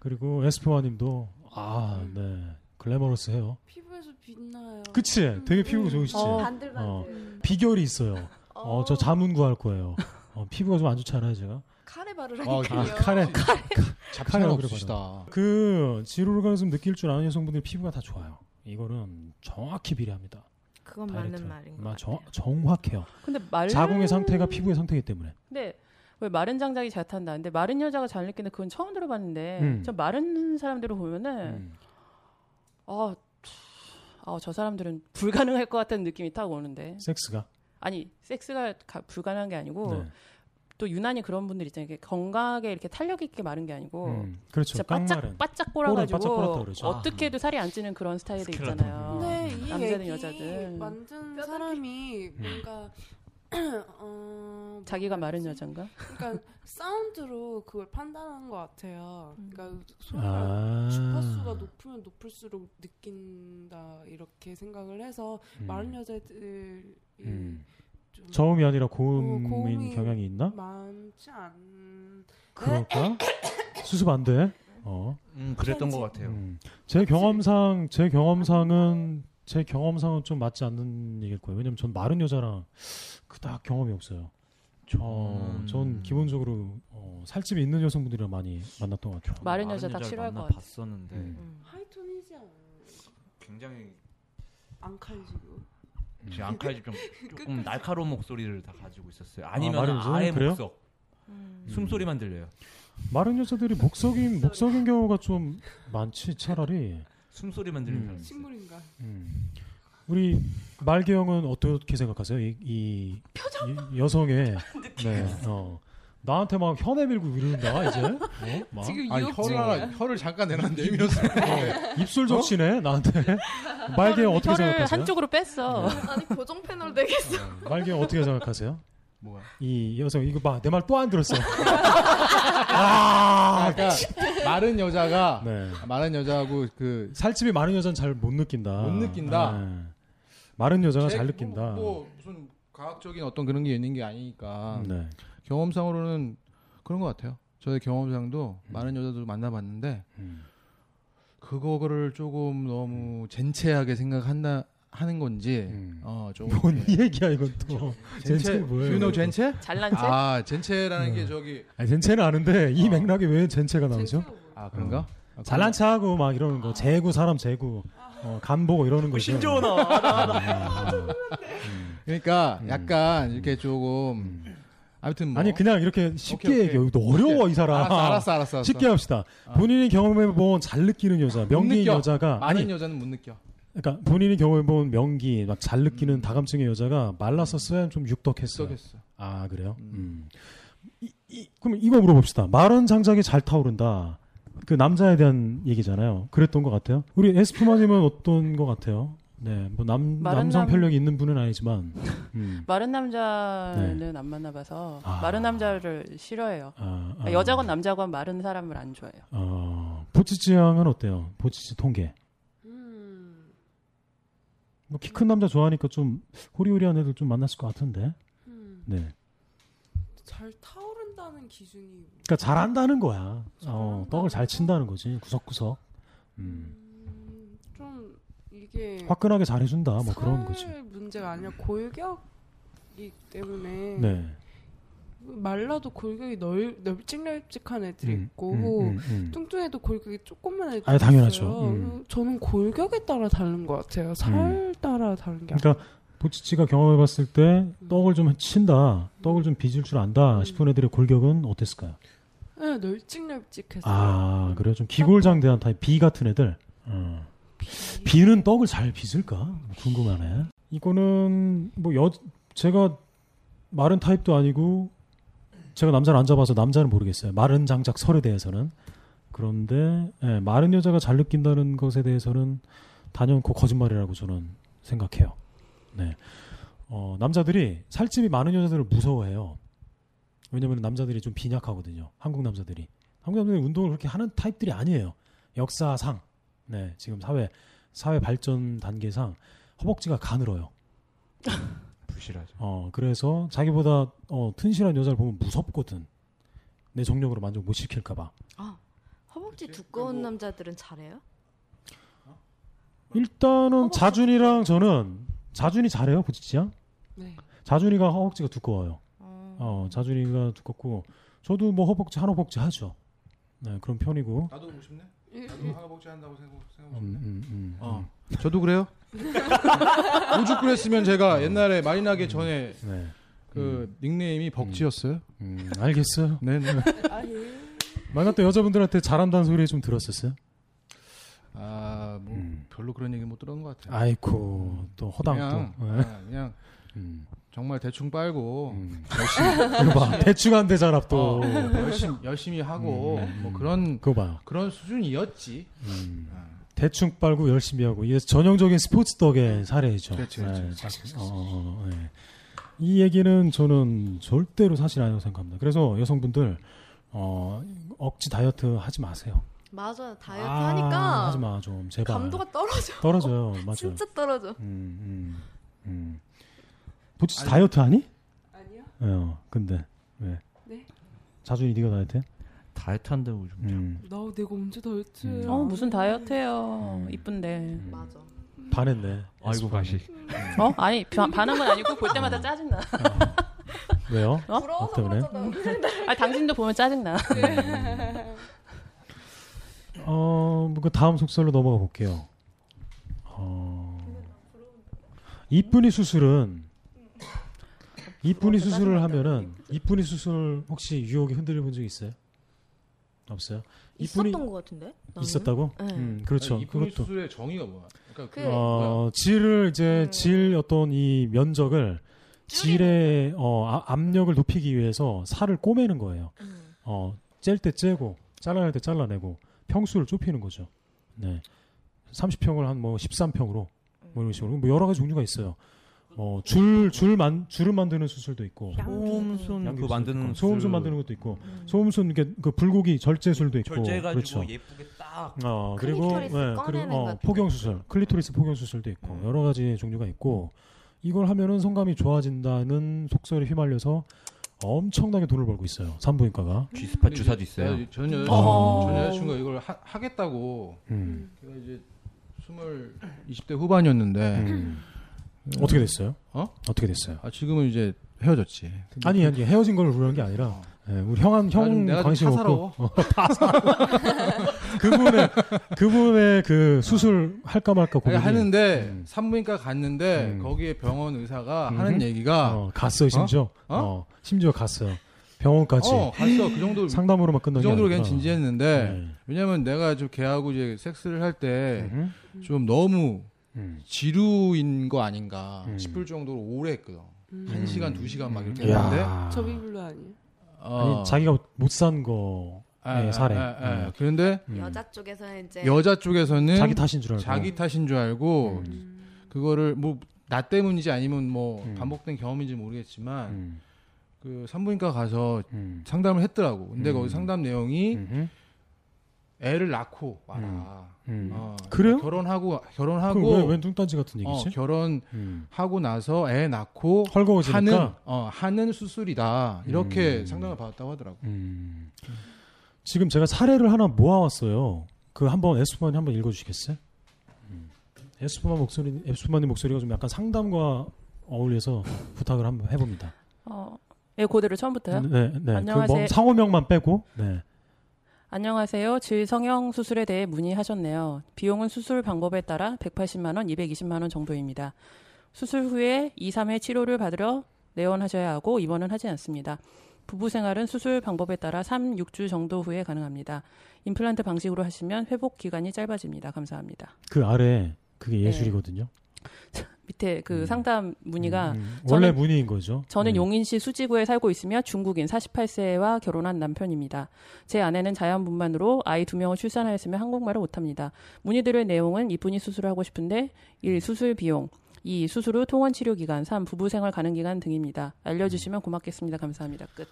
Speaker 3: 그리고 에스포아 님도, 아, 네. 글래머러스 해요.
Speaker 6: 피부에서 빛나요. 음.
Speaker 3: 그치? 되게 피부가
Speaker 11: 음.
Speaker 3: 좋으시지?
Speaker 6: 어,
Speaker 3: 어,
Speaker 6: 반들반들.
Speaker 3: 비결이 있어요. 어, 저 자문 구할 거예요. 어, 피부가 좀 안 좋잖아요, 제가.
Speaker 11: 카레
Speaker 3: 아,
Speaker 11: 바르라니까요.
Speaker 3: 카레.
Speaker 4: 잡채가
Speaker 3: 카레라고
Speaker 4: 없으시다.
Speaker 3: 그래요. 그 지루orgasm 느낄 줄 아는 여성분들 피부가 다 좋아요. 이거는 정확히 비례합니다.
Speaker 11: 그건
Speaker 3: 다이렉트로.
Speaker 11: 맞는 말인 것
Speaker 3: 마-
Speaker 11: 같아요.
Speaker 3: 정- 정확해요.
Speaker 5: 근데 말
Speaker 3: 자궁의 상태가 피부의 상태이기 때문에.
Speaker 5: 근데 왜 마른 장작이 잘 탄다. 근데 마른 여자가 잘 느끼는 그건 처음 들어봤는데
Speaker 3: 음.
Speaker 5: 저 마른 사람들을 보면은 아, 아, 저 사람들은 불가능할 것 같다는 느낌이 딱 오는데.
Speaker 3: 섹스가?
Speaker 5: 아니, 섹스가 가- 불가능한 게 아니고
Speaker 3: 네.
Speaker 5: 또 유난히 그런 분들 있잖아요. 이렇게 건강하게 이렇게 탄력 있게 마른 게 아니고
Speaker 3: 음, 그렇죠.
Speaker 5: 진짜 바짝
Speaker 3: 깡마른.
Speaker 5: 바짝
Speaker 3: 볼을 바짝 꼬랐다
Speaker 5: 꼬라가지고
Speaker 3: 그러죠. 아.
Speaker 5: 어떻게 해도 살이 안 찌는 그런 스타일이
Speaker 3: 스킬러다.
Speaker 5: 있잖아요.
Speaker 6: 근데 이
Speaker 5: 남자든
Speaker 6: 얘기
Speaker 5: 여자든 음.
Speaker 6: 만든 사람이 뭔가 [clears throat] 어,
Speaker 5: 자기가 마른 여잔가?
Speaker 6: 그러니까 사운드로 그걸 판단하는 것 같아요. 그러니까
Speaker 5: 아.
Speaker 6: 소리가 주파수가 높으면 높을수록 느낀다 이렇게 생각을 해서
Speaker 3: 음.
Speaker 6: 마른 여자들이
Speaker 3: 음.
Speaker 6: 좀
Speaker 3: 저음이 아니라 고음인
Speaker 6: 어, 고음이
Speaker 3: 경향이 있나?
Speaker 6: 많지 않.
Speaker 3: 그럴까? 수습 안 돼. 어.
Speaker 10: 음, 그랬던 것 같아요.
Speaker 3: 음. 제 경험상 제 경험상은 제 경험상은 좀 맞지 않는 얘기일 거예요. 왜냐면 전 마른 여자랑 그닥 경험이 없어요.
Speaker 10: 음.
Speaker 3: 어, 전 기본적으로 어, 살집이 있는 여성분들이랑 많이 만났던 것 같아요.
Speaker 5: 마른 여자 딱 싫어할 것 같아.
Speaker 10: 봤었는데
Speaker 3: 음.
Speaker 6: 하이톤이지 않아.
Speaker 10: 굉장히
Speaker 6: 안 칼지고.
Speaker 9: 지금 안칼집 좀 조금
Speaker 6: [laughs] 끝까지.
Speaker 9: 날카로운 목소리를 다 가지고 있었어요.
Speaker 3: 아,
Speaker 9: 아니면
Speaker 3: 마른
Speaker 9: 아,
Speaker 3: 요소는
Speaker 9: 아래
Speaker 3: 그래요? 음.
Speaker 9: 목석
Speaker 11: 음.
Speaker 9: 숨소리만 들려요.
Speaker 3: 마른 여자들이 목석인 목석인 경우가 좀 많지 차라리
Speaker 9: 숨소리만
Speaker 3: 음.
Speaker 9: 들리는
Speaker 5: 음.
Speaker 9: 사람.
Speaker 6: 식물인가?
Speaker 3: 우리 말기 형은 어떻게 생각하세요? 이, 이 이 여성의 네, 어. 나한테 막 혀 내밀고 이러는다 이제 어? 막.
Speaker 4: 아니, 혀를, 혀를 잠깐 내놨는데 네. 이면서
Speaker 3: 네. 입술 적시네 나한테 말기 형 어떻게
Speaker 5: 혀를
Speaker 3: 생각하세요? 네.
Speaker 5: 한쪽으로 뺐어.
Speaker 11: 아니 고정 패널 되겠어.
Speaker 3: 말기 형 어떻게 생각하세요?
Speaker 4: 뭐야?
Speaker 3: 이 여성 이거 봐 내 말 또 안 들었어.
Speaker 4: 아,
Speaker 3: 네.
Speaker 4: 그러니까 마른 여자가 마른 여자하고 그
Speaker 3: 살집이 마른 여자는 잘 못 느낀다.
Speaker 4: 못 느낀다?
Speaker 3: 네. 마른 여자가
Speaker 4: 제-
Speaker 3: 잘 느낀다.
Speaker 4: 뭐 무슨 과학적인 어떤 그런 게 있는 게 아니니까
Speaker 3: 네.
Speaker 4: 경험상으로는 그런 것 같아요. 저의 경험상도
Speaker 3: 음.
Speaker 4: 많은 여자들 만나봤는데 그거를 조금 너무 젠체하게 생각한다 하는 건지 어 조금
Speaker 3: 음. 뭔 얘기야 이건 또. 젠체 뭐예요? 음.
Speaker 4: you know 젠체?
Speaker 5: 잘난 체?
Speaker 4: 아 젠체라는 게 저기
Speaker 3: 아니, 젠체는 아는데 이 맥락에 왜 젠체가 나오죠?
Speaker 4: 아 그런가?
Speaker 3: 어.
Speaker 5: 뭐.
Speaker 3: 잘난 체하고 막 이러는
Speaker 5: 아.
Speaker 3: 거 재고 사람 재고 어, 간 보고 이러는 거죠.
Speaker 4: 그 신조어 나와. 아, 그러니까 약간 이렇게 조금 아무튼 뭐
Speaker 3: 음. 아니 그냥 이렇게 쉽게
Speaker 4: 오케이, 오케이.
Speaker 3: 얘기해. 이거 어려워 이 사람.
Speaker 4: 알았어, 알았어, 알았어, 알았어.
Speaker 3: 쉽게 합시다. 본인이 경험해본 잘 아, 느끼는 여자,
Speaker 4: 못
Speaker 3: 명기인
Speaker 4: 느껴.
Speaker 3: 여자가
Speaker 4: 많은
Speaker 3: 아니
Speaker 4: 여자는 못 느껴.
Speaker 3: 그러니까 본인이 경험해본 명기 막 잘 느끼는 다감증의 여자가 말랐었어요, 좀 음. 육덕했어요.
Speaker 4: 육덕했어.
Speaker 3: 아 그래요? 음. 이- 이- 그럼 이거 물어봅시다. 마른 장작이 잘 타오른다. 그 남자에 대한 얘기잖아요. 그랬던 것 같아요. 우리 에스푸마님은 어떤 것 같아요? 네, 뭐 남
Speaker 5: 마른
Speaker 3: 남성
Speaker 5: 남-
Speaker 3: 편력이 있는 분은
Speaker 5: [laughs]
Speaker 3: 아니지만, 음.
Speaker 5: 마른 남자는 안 만나봐서 마른 남자를 싫어해요.
Speaker 3: 아,
Speaker 5: 그러니까 여자건 남자건 마른 사람을 안 좋아해요.
Speaker 3: 어, 보치지향은 어때요? 보치지 통계. 음. 뭐 키 큰 남자 좋아하니까 좀 호리호리한 애들 좀 만났을 것 같은데.
Speaker 6: 음.
Speaker 3: 네.
Speaker 6: 잘 타오른다는 기준이
Speaker 3: 그러니까 잘한다는 거야. 어, 떡을 잘 친다는 거지. 구석구석. 음.
Speaker 6: 좀 이게
Speaker 3: 화끈하게 잘해준다. 뭐 그런 거지.
Speaker 6: 살 문제가 아니라 골격이기 때문에
Speaker 3: 네.
Speaker 6: 말라도 골격이 넓 널찍널찍한 애들이
Speaker 3: 음,
Speaker 6: 있고
Speaker 3: 음, 음, 음.
Speaker 6: 뚱뚱해도 골격이 조금만 애들이
Speaker 3: 아니, 당연하죠.
Speaker 6: 있어요.
Speaker 3: 음.
Speaker 6: 저는 골격에 따라 다른 것 같아요. 살
Speaker 3: 음.
Speaker 6: 따라 다른 게
Speaker 3: 그러니까 보치치가 경험해봤을 때 떡을 좀 친다. 떡을 좀 빚을 줄 안다. 싶은 애들의 골격은 어땠을까요?
Speaker 6: 아니라 네, 음. 널찍널찍했어요.
Speaker 3: 아, 그래요. 좀 기골장대한 타입 비 같은 애들. 어. 비는 떡을 잘 빚을까? 궁금하네. 이거는 뭐 여 제가 마른 타입도 아니고 제가 남자를 안 잡아서 남자는 모르겠어요. 마른 장작 설에 대해서는 그런데 예, 마른 여자가 잘 느낀다는 것에 대해서는 단연코 그 거짓말이라고 저는 생각해요. 네, 어, 남자들이 살집이 많은 여자들을 무서워해요. 왜냐면 남자들이 좀 빈약하거든요. 한국 남자들이. 한국 남자들이 운동을 그렇게 하는 타입들이 아니에요. 역사상. 네, 지금 사회 사회 발전 단계상 허벅지가 가늘어요.
Speaker 6: 음.
Speaker 9: 부실하죠.
Speaker 3: 어, 그래서 자기보다 어, 튼실한 여자를 보면 무섭거든. 내 정력으로 만족 못 시킬까 봐.
Speaker 11: 아, [laughs] 허벅지 두꺼운 남자들은 잘해요?
Speaker 3: 일단은 자준이랑 저는 자준이 잘해요, 보지치양.
Speaker 6: 네.
Speaker 3: 자준이가 허벅지가 두꺼워요. 어, 자준이가 두껍고 저도 뭐 허벅지 한 허벅지 하죠. 네, 그런 편이고.
Speaker 4: 나도 오고 싶네. 나도 하나 복지 한다고 생각 생각.
Speaker 3: 음, 음, 음.
Speaker 4: 어. 저도 그래요. 오죽 그랬으면 제가 옛날에 마리나게 전에
Speaker 3: 네.
Speaker 4: 그 닉네임이 벅지였어요.
Speaker 3: 음, 알겠어요. [laughs]
Speaker 4: 네네.
Speaker 3: 만약 또 여자분들한테 잘한다는 소리 좀 들었었어요?
Speaker 4: 아, 뭐 별로 그런 얘기 못 들은 것 같아요.
Speaker 3: 음. 아이고, 또 네. 음. 허당
Speaker 4: 그냥,
Speaker 3: 또.
Speaker 4: 아, 그냥 정말 대충 빨고 열심히
Speaker 3: 이거 봐, 대충 안 되잖아 음. [laughs] 또. 음,
Speaker 4: 어, 열심히 열심히 하고 뭐 그런
Speaker 3: 그거 봐요. 음.
Speaker 4: 그런 수준이었지. 음.
Speaker 3: 대충 빨고 열심히 하고 이게 전형적인 스포츠 덕의 사례죠.
Speaker 4: 그렇죠, 그렇죠.
Speaker 3: 네, 사실, 어, 어, 어, 예. 이 얘기는 저는 절대로 사실 아니라고 생각합니다. 그래서 여성분들 어, 억지 다이어트 하지 마세요.
Speaker 11: 맞아 다이어트
Speaker 3: 아,
Speaker 11: 하니까
Speaker 3: 하지 마 좀 제발.
Speaker 11: 감도가 떨어져.
Speaker 3: 떨어져요, 맞아요.
Speaker 11: 진짜 떨어져.
Speaker 3: 음, 음, 음. 보치 다이어트 하니?
Speaker 6: 아니요.
Speaker 3: 어, 근데 왜?
Speaker 6: 네.
Speaker 3: 자준이 네가 음. 다이어트?
Speaker 9: 다이어트 한다고 좀.
Speaker 6: 나 내가 언제 다이어트?
Speaker 3: 음.
Speaker 5: 어
Speaker 3: 뭐
Speaker 5: 무슨 다이어트예요. 이쁜데.
Speaker 11: 맞아. 음.
Speaker 3: 반했네.
Speaker 9: 아이고 가시.
Speaker 5: 어 아니 바- 반응은 아니고 볼 때마다 짜증 나. [laughs]
Speaker 3: 왜요?
Speaker 5: 어?
Speaker 3: 뭐 때문에?
Speaker 5: 아 당신도 보면 짜증 나.
Speaker 3: 뭐그 어, 뭐그 다음 속설로 넘어가 볼게요. 어, 이쁜이 수술은 이쁜이 수술을 하면은 이쁜이 수술 혹시 유혹에 흔들려 본 적 있어요? 없어요? 이쁜이-
Speaker 11: 있었던 것 같은데, 나는?
Speaker 3: 있었다고?
Speaker 11: 네.
Speaker 3: 음, 그렇죠.
Speaker 4: 아니, 이쁜이
Speaker 3: 그것도
Speaker 4: 수술의 정의가 뭐야? 그러니까 그-
Speaker 3: 어, 질을 이제
Speaker 11: 음.
Speaker 3: 질 어떤 이 면적을 질의 어, 아- 압력을 높이기 위해서 살을 꼬매는 거예요.
Speaker 11: 음.
Speaker 3: 어, 짤 때 째고 잘라낼 때 잘라내고 평수를 좁히는 거죠. 네. 30평을 한 뭐 13평으로 뭐 이런 식으로 뭐 여러 가지 종류가 있어요. 어, 줄, 줄만, 줄을 만드는 수술도 있고.
Speaker 9: 소음손
Speaker 3: 양귀
Speaker 9: 그거
Speaker 3: 수술도
Speaker 9: 만드는
Speaker 3: 있고, 소음손
Speaker 9: 수술.
Speaker 3: 만드는 것도 있고. 소음손 이렇게 그 불고기 절제술도 있고.
Speaker 9: 절제해가지고
Speaker 3: 그렇죠.
Speaker 9: 예쁘게 딱
Speaker 3: 어, 그리고 예,
Speaker 9: 클리토리스 꺼내는
Speaker 3: 그리고 어,
Speaker 9: 것도
Speaker 3: 포경 수술, 클리토리스 포경 수술도 있고 여러 가지 종류가 있고 이걸 하면은 성감이 좋아진다는 속설에 휘말려서 엄청나게 돈을 벌고 있어요. 산부인과가.
Speaker 6: 음.
Speaker 9: G스팟
Speaker 4: 근데 그 이제
Speaker 3: 음.
Speaker 4: 나- 전 여-
Speaker 3: 어.
Speaker 4: 전 여자친구가 이걸 하, 하겠다고
Speaker 3: 음.
Speaker 4: 제가 이제 스물 20대 후반이었는데
Speaker 3: 음.
Speaker 4: 어,
Speaker 3: 어떻게 됐어요?
Speaker 4: 어?
Speaker 3: 어떻게 됐어요?
Speaker 4: 아, 지금은 이제 헤어졌지.
Speaker 3: 아니 아니 헤어진 걸 우려한 게 아니라 예, 우리 형한
Speaker 4: 나 좀-
Speaker 3: 형
Speaker 4: 내가 좀
Speaker 3: 관심 없고
Speaker 4: 사사로워.
Speaker 3: 어, 다 [laughs] 그분의 그분의 그 수술 할까 말까
Speaker 4: 아니,
Speaker 3: 고민이
Speaker 4: 하는데 산부인과 갔는데 거기에 병원 의사가
Speaker 3: 음.
Speaker 4: 하는 얘기가
Speaker 3: 어, 갔어요 심지어
Speaker 4: 아. 어?
Speaker 3: 어?
Speaker 4: 어?
Speaker 3: 심지어 갔어요 병원까지
Speaker 4: 어, 갔어. 그 정도로
Speaker 3: 상담으로만 끝난
Speaker 4: 그
Speaker 3: 게
Speaker 4: 정도로
Speaker 3: 아니라.
Speaker 4: 그냥 진지했는데
Speaker 3: 네.
Speaker 4: 왜냐면 내가 좀 걔하고 이제 섹스를 할
Speaker 3: 음.
Speaker 4: 때 좀 너무 지루인 거 아닌가 싶을 정도로 오래 했거든. 한 시간 두 시간 막 이렇게
Speaker 3: 음. 야.
Speaker 4: 했는데
Speaker 6: 음, 저비블루 아니에요?
Speaker 4: 어.
Speaker 3: 아니, 자기가 못 산 거에
Speaker 4: 아,
Speaker 3: 사례.
Speaker 4: 아, 아, 아.
Speaker 3: 음.
Speaker 4: 그런데
Speaker 11: 여자 쪽에서는 이제
Speaker 4: 여자 쪽에서는
Speaker 3: 자기 탓인 줄 알고. 음.
Speaker 4: 자기 탓인 줄 알고 그거를 뭐 나 때문인지 아니면 뭐 반복된 경험인지 모르겠지만
Speaker 3: 음.
Speaker 4: 그 산부인과 가서 상담을 했더라고. 근데
Speaker 3: 음.
Speaker 4: 거기 상담 내용이 애를 낳고 와라.
Speaker 3: 음.
Speaker 4: 어,
Speaker 3: 그래요?
Speaker 4: 결혼하고
Speaker 3: 그럼
Speaker 4: 결혼하고
Speaker 3: 왜- 왜 뚱딴지 같은 얘기지? 음.
Speaker 4: 어, 결혼하고 나서 애 낳고
Speaker 3: 헐거워지니까?
Speaker 4: 하는 어, 하는 수술이다. 이렇게
Speaker 3: 음.
Speaker 4: 상담을 받았다고 하더라고.
Speaker 3: 음. 지금 제가 사례를 하나 모아왔어요. 그 한번 에스프만이 한번 읽어주시겠어요? 음. 에스프만 목소리, 에스프만의 목소리가 좀 약간 상담과 어울려서 부탁을 한번 해봅니다.
Speaker 5: 어, 예, 그대로 처음부터요?
Speaker 3: 네, 네. 그
Speaker 5: 안녕하세요.
Speaker 3: 뭐 상호명만 빼고. 네.
Speaker 5: 안녕하세요. 질성형 수술에 대해 문의하셨네요. 비용은 수술 방법에 따라 180만 원, 220만 원 정도입니다. 수술 후에 2, 3회 치료를 받으러 내원하셔야 하고 입원은 하지 않습니다. 부부 생활은 수술 방법에 따라 3, 6주 정도 후에 가능합니다. 임플란트 방식으로 하시면 회복 기간이 짧아집니다. 감사합니다.
Speaker 3: 그 아래
Speaker 5: 네.
Speaker 3: 그게 예술이거든요. 음,
Speaker 5: 밑에 그 상담 문의가
Speaker 3: 원래
Speaker 5: 저는-
Speaker 3: 문의인 거죠. 네.
Speaker 5: 저는 용인시 수지구에 살고 있으며 중국인 48세와 결혼한 남편입니다. 제 아내는 자연분만으로 아이 두 명을 출산하였으며 한국말을 못합니다. 문의드릴 내용은 이분이 수술하고 싶은데 1. 수술 비용 2. 수술 후 통원 치료 기간 3. 부부 생활 가능 기간 등입니다. 알려주시면 고맙겠습니다. 감사합니다. 끝.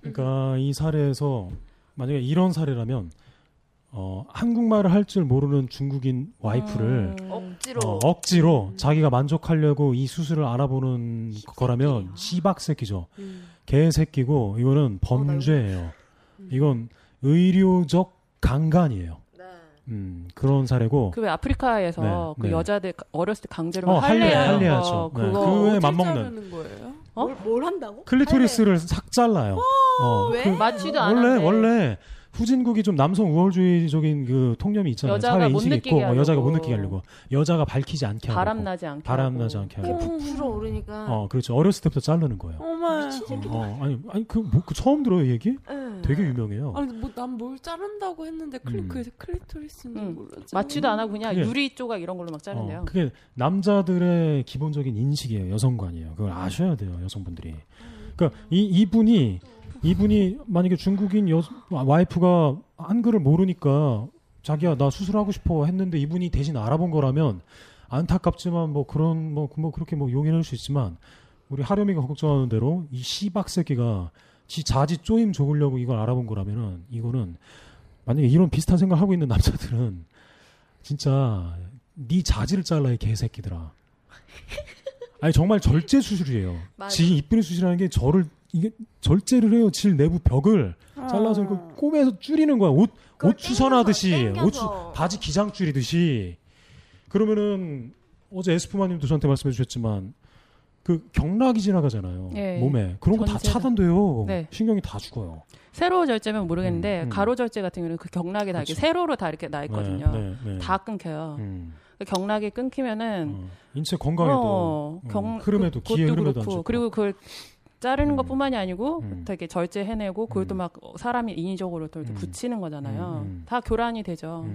Speaker 3: 그러니까 이 사례에서 만약에 이런 사례라면 어, 한국말을 할 줄 모르는 중국인
Speaker 5: 아.
Speaker 3: 와이프를
Speaker 5: 음. 그
Speaker 11: 억지로.
Speaker 3: 어, 억지로 자기가 만족하려고 이 수술을 알아보는 거라면 시박새끼죠.
Speaker 11: 음.
Speaker 3: 개새끼고
Speaker 5: 어,
Speaker 3: 이거는 범죄예요.
Speaker 5: 음.
Speaker 3: 이건 의료적 강간이에요.
Speaker 11: 네.
Speaker 3: 음, 그런 사례고
Speaker 5: 그 왜 아프리카에서
Speaker 3: 네,
Speaker 5: 그
Speaker 3: 네.
Speaker 5: 여자들 가- 어렸을 때 강제로
Speaker 3: 어,
Speaker 5: 막
Speaker 3: 할례,
Speaker 5: 할례 하는
Speaker 3: 할례하죠.
Speaker 5: 거
Speaker 3: 네.
Speaker 5: 그거
Speaker 3: 그거에 맞먹는
Speaker 6: 거예요?
Speaker 5: 어?
Speaker 11: 뭘, 뭘 한다고?
Speaker 3: 클리토리스를 싹 잘라요. 어,
Speaker 5: 네. 왜?
Speaker 3: 그-
Speaker 5: 맞지도
Speaker 3: 원래
Speaker 5: 않았네.
Speaker 3: 원래 후진국이 좀 남성 우월주의적인 그 통념이 있잖아요.
Speaker 5: 여자가
Speaker 3: 사회
Speaker 5: 못
Speaker 3: 인식이
Speaker 5: 느끼게
Speaker 3: 있고 어,
Speaker 5: 하려고.
Speaker 3: 여자가 못 느끼게 하려고 여자가 밝히지 않게 하고
Speaker 5: 바람 나지 않게
Speaker 3: 바람
Speaker 5: 하고.
Speaker 3: 나지 않게
Speaker 11: 그게
Speaker 3: 하고
Speaker 11: 부풀어 오르니까.
Speaker 3: 어 그렇죠 어렸을 때부터 자르는 거예요.
Speaker 6: 어머.
Speaker 3: 어, 아니 아니 그, 뭐, 그 처음 들어요 이 얘기?
Speaker 11: 예.
Speaker 6: 네.
Speaker 3: 되게 유명해요.
Speaker 6: 아니 뭐난뭘 자른다고 했는데 클리
Speaker 3: 어. 음.
Speaker 6: 그 클리토리스는 몰랐지.
Speaker 5: 맞지도 않아 그냥
Speaker 3: 그게-
Speaker 5: 유리 조각 이런 걸로 막 자른대요.
Speaker 3: 어, 그게 남자들의 기본적인 인식이에요. 여성관이에요. 그걸 아셔야 돼요, 여성분들이. 그러니까 이 이분이 이분이 만약에 중국인 여 와이프가 한글을 모르니까 자기야 나 수술하고 싶어 했는데 이분이 대신 알아본 거라면 안타깝지만 뭐 그런 뭐, 뭐 그렇게 뭐 용인할 수 있지만 우리 하렴이가 걱정하는 대로 이 씨박 새끼가 지 자지 쪼임 좋으려고 이걸 알아본 거라면은 이거는 만약에 이런 비슷한 생각 하고 있는 남자들은 진짜 네 자지를 잘라 이 개새끼들아. 아니 정말 절제 수술이에요.
Speaker 12: 맞아.
Speaker 3: 지 이쁜이 수술이라는 게 저를 이게 절제를 해요. 질 내부 벽을 잘라서 이걸 꼬매서 줄이는 거야. 옷 옷 추선하듯이 옷 수, 바지 기장 줄이듯이. 그러면은 어제 에스프마님도 저한테 말씀해 주셨지만 그 경락이 지나가잖아요.
Speaker 5: 예,
Speaker 3: 몸에 그런 거 다
Speaker 5: 전체가.
Speaker 3: 차단돼요.
Speaker 5: 네.
Speaker 3: 신경이 다 죽어요.
Speaker 5: 세로 절제면 모르겠는데
Speaker 3: 음, 음.
Speaker 5: 가로 절제 같은 경우는 그 경락이 다 이렇게 세로로 다 이렇게 나 있거든요.
Speaker 3: 네, 네, 네.
Speaker 5: 다 끊겨요. 경락이 끊기면은
Speaker 3: 인체 건강에도
Speaker 5: 어, 경-
Speaker 3: 음, 흐름에도
Speaker 5: 그-
Speaker 3: 기의
Speaker 5: 그것도
Speaker 3: 흐름에도 안
Speaker 5: 그렇고.
Speaker 3: 좋고
Speaker 5: 그리고 그걸 자르는
Speaker 3: 음.
Speaker 5: 것뿐만이 아니고 되게 절제해내고 그걸 또 막 사람이 인위적으로 또
Speaker 3: 음.
Speaker 5: 이렇게 붙이는 거잖아요. 다 교란이 되죠.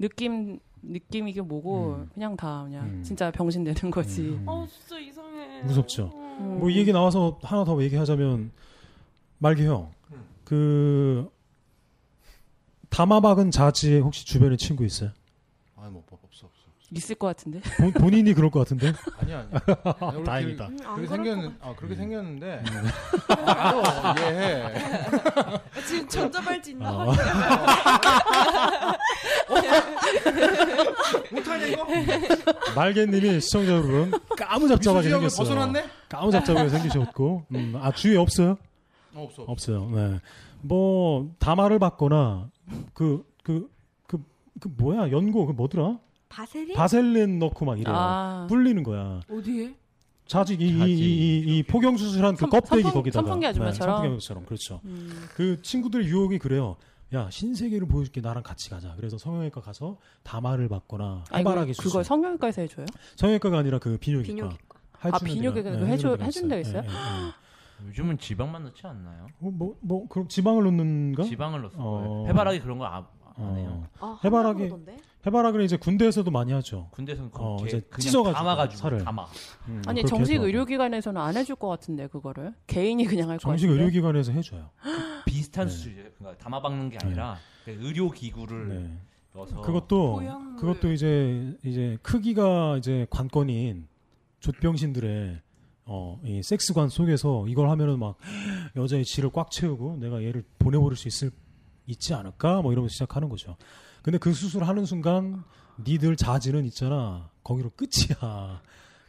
Speaker 5: 느낌 느낌이 게 뭐고
Speaker 3: 음.
Speaker 5: 그냥 다 그냥 진짜 병신 되는 거지.
Speaker 6: 어 진짜 이상해. 어.
Speaker 3: 무섭죠.
Speaker 5: 음.
Speaker 3: 음. 뭐 이 얘기 나와서 하나 더 얘기하자면 말기 형.
Speaker 4: 음.
Speaker 3: 그 다마박은 자지 혹시 주변에 친구 있어요?
Speaker 4: 아니 뭐 없어 없어.
Speaker 3: [laughs]
Speaker 5: 있을 것 같은데.
Speaker 3: 본- 본인이 그럴 것 같은데?
Speaker 4: 아니 아니. 아니, 원래
Speaker 3: 다행이다.
Speaker 4: 그렇게-
Speaker 5: 음, 안
Speaker 4: 그렇게
Speaker 5: 그럴
Speaker 4: 생겼는 아 그렇게 생겼는데.
Speaker 3: 음.
Speaker 4: 나도 이해해.
Speaker 6: 아, 지금 전자발찌 있나
Speaker 3: 아.
Speaker 4: 어.
Speaker 6: 확인해.
Speaker 4: 못하냐
Speaker 3: 음.
Speaker 4: 이거?
Speaker 3: 말개님이 시청자
Speaker 4: [laughs]
Speaker 3: 여러분 까무잡잡하게
Speaker 4: 그 미수지역을
Speaker 3: 생겼어요.
Speaker 4: 벗어났네?
Speaker 3: 까무잡잡하게 생기셨고, 음, 아 주위에 없어요?
Speaker 4: 어, 없어,
Speaker 3: 없어요. 네. 뭐 다마를 받거나 그 그 그 그 뭐야 연고 그 뭐더라?
Speaker 11: 바셀린?
Speaker 3: 바셀린 넣고 막 이래요.
Speaker 11: 아.
Speaker 3: 불리는 거야.
Speaker 6: 어디에?
Speaker 3: 자지 이이이 포경 수술한 그
Speaker 5: 선-
Speaker 3: 껍데기
Speaker 5: 선풍-
Speaker 3: 거기다가 네,
Speaker 5: 선풍기 아줌마처럼? 음.
Speaker 3: 선풍기 아줌마처럼 그렇죠. 그 친구들 유혹이 그래요. 야 신세계를 보여줄게 나랑 같이 가자. 그래서 성형외과 가서 다마를 받거나
Speaker 5: 아니,
Speaker 3: 해바라기
Speaker 5: 그걸
Speaker 3: 수술.
Speaker 5: 성형외과에서 해줘요?
Speaker 3: 성형외과가 아니라 그 비뇨기과.
Speaker 5: 비뇨기과.
Speaker 3: 해주는
Speaker 5: 아,
Speaker 3: 데가-
Speaker 5: 비뇨기과
Speaker 3: 네,
Speaker 5: 그거 해줘-
Speaker 3: 해주는 데가
Speaker 5: 해준 데가 있어요?
Speaker 3: 예, 예, 예.
Speaker 9: 요즘은 지방만 넣지 않나요?
Speaker 3: 어, 뭐, 뭐 그럼 지방을 넣는가?
Speaker 9: 지방을 넣어서
Speaker 3: 어.
Speaker 9: 해바라기 그런 거 안 해요.
Speaker 11: 아,
Speaker 3: 해바라기 해바라기는 이제 군대에서도 많이 하죠.
Speaker 9: 군대에서는
Speaker 3: 어,
Speaker 9: 그렇게
Speaker 3: 이제
Speaker 9: 그냥
Speaker 3: 찢어가지고
Speaker 9: 담아가지고
Speaker 3: 살을.
Speaker 9: 담아.
Speaker 3: 음,
Speaker 5: 아니
Speaker 3: 그렇게
Speaker 5: 정식
Speaker 3: 해서.
Speaker 5: 의료기관에서는 안 해줄 것 같은데 그거를 개인이 그냥 할거
Speaker 3: 정식 의료기관에서 해줘요. 네.
Speaker 9: 비슷한 수술이에요. 그러니까 담아박는 게 아니라 의료 기구를 음. 넣어서
Speaker 3: 네. 그것도 그것도 이제 이제 크기가 이제 관건인 조병신들의 어, 이 섹스관 속에서 이걸 하면은 막 여자의 질을 꽉 채우고 내가 얘를 보내버릴 수 있을 있지 않을까 뭐 이러면서 시작하는 거죠. 근데 그 수술하는 순간 니들 자지는 있잖아 거기로 끝이야.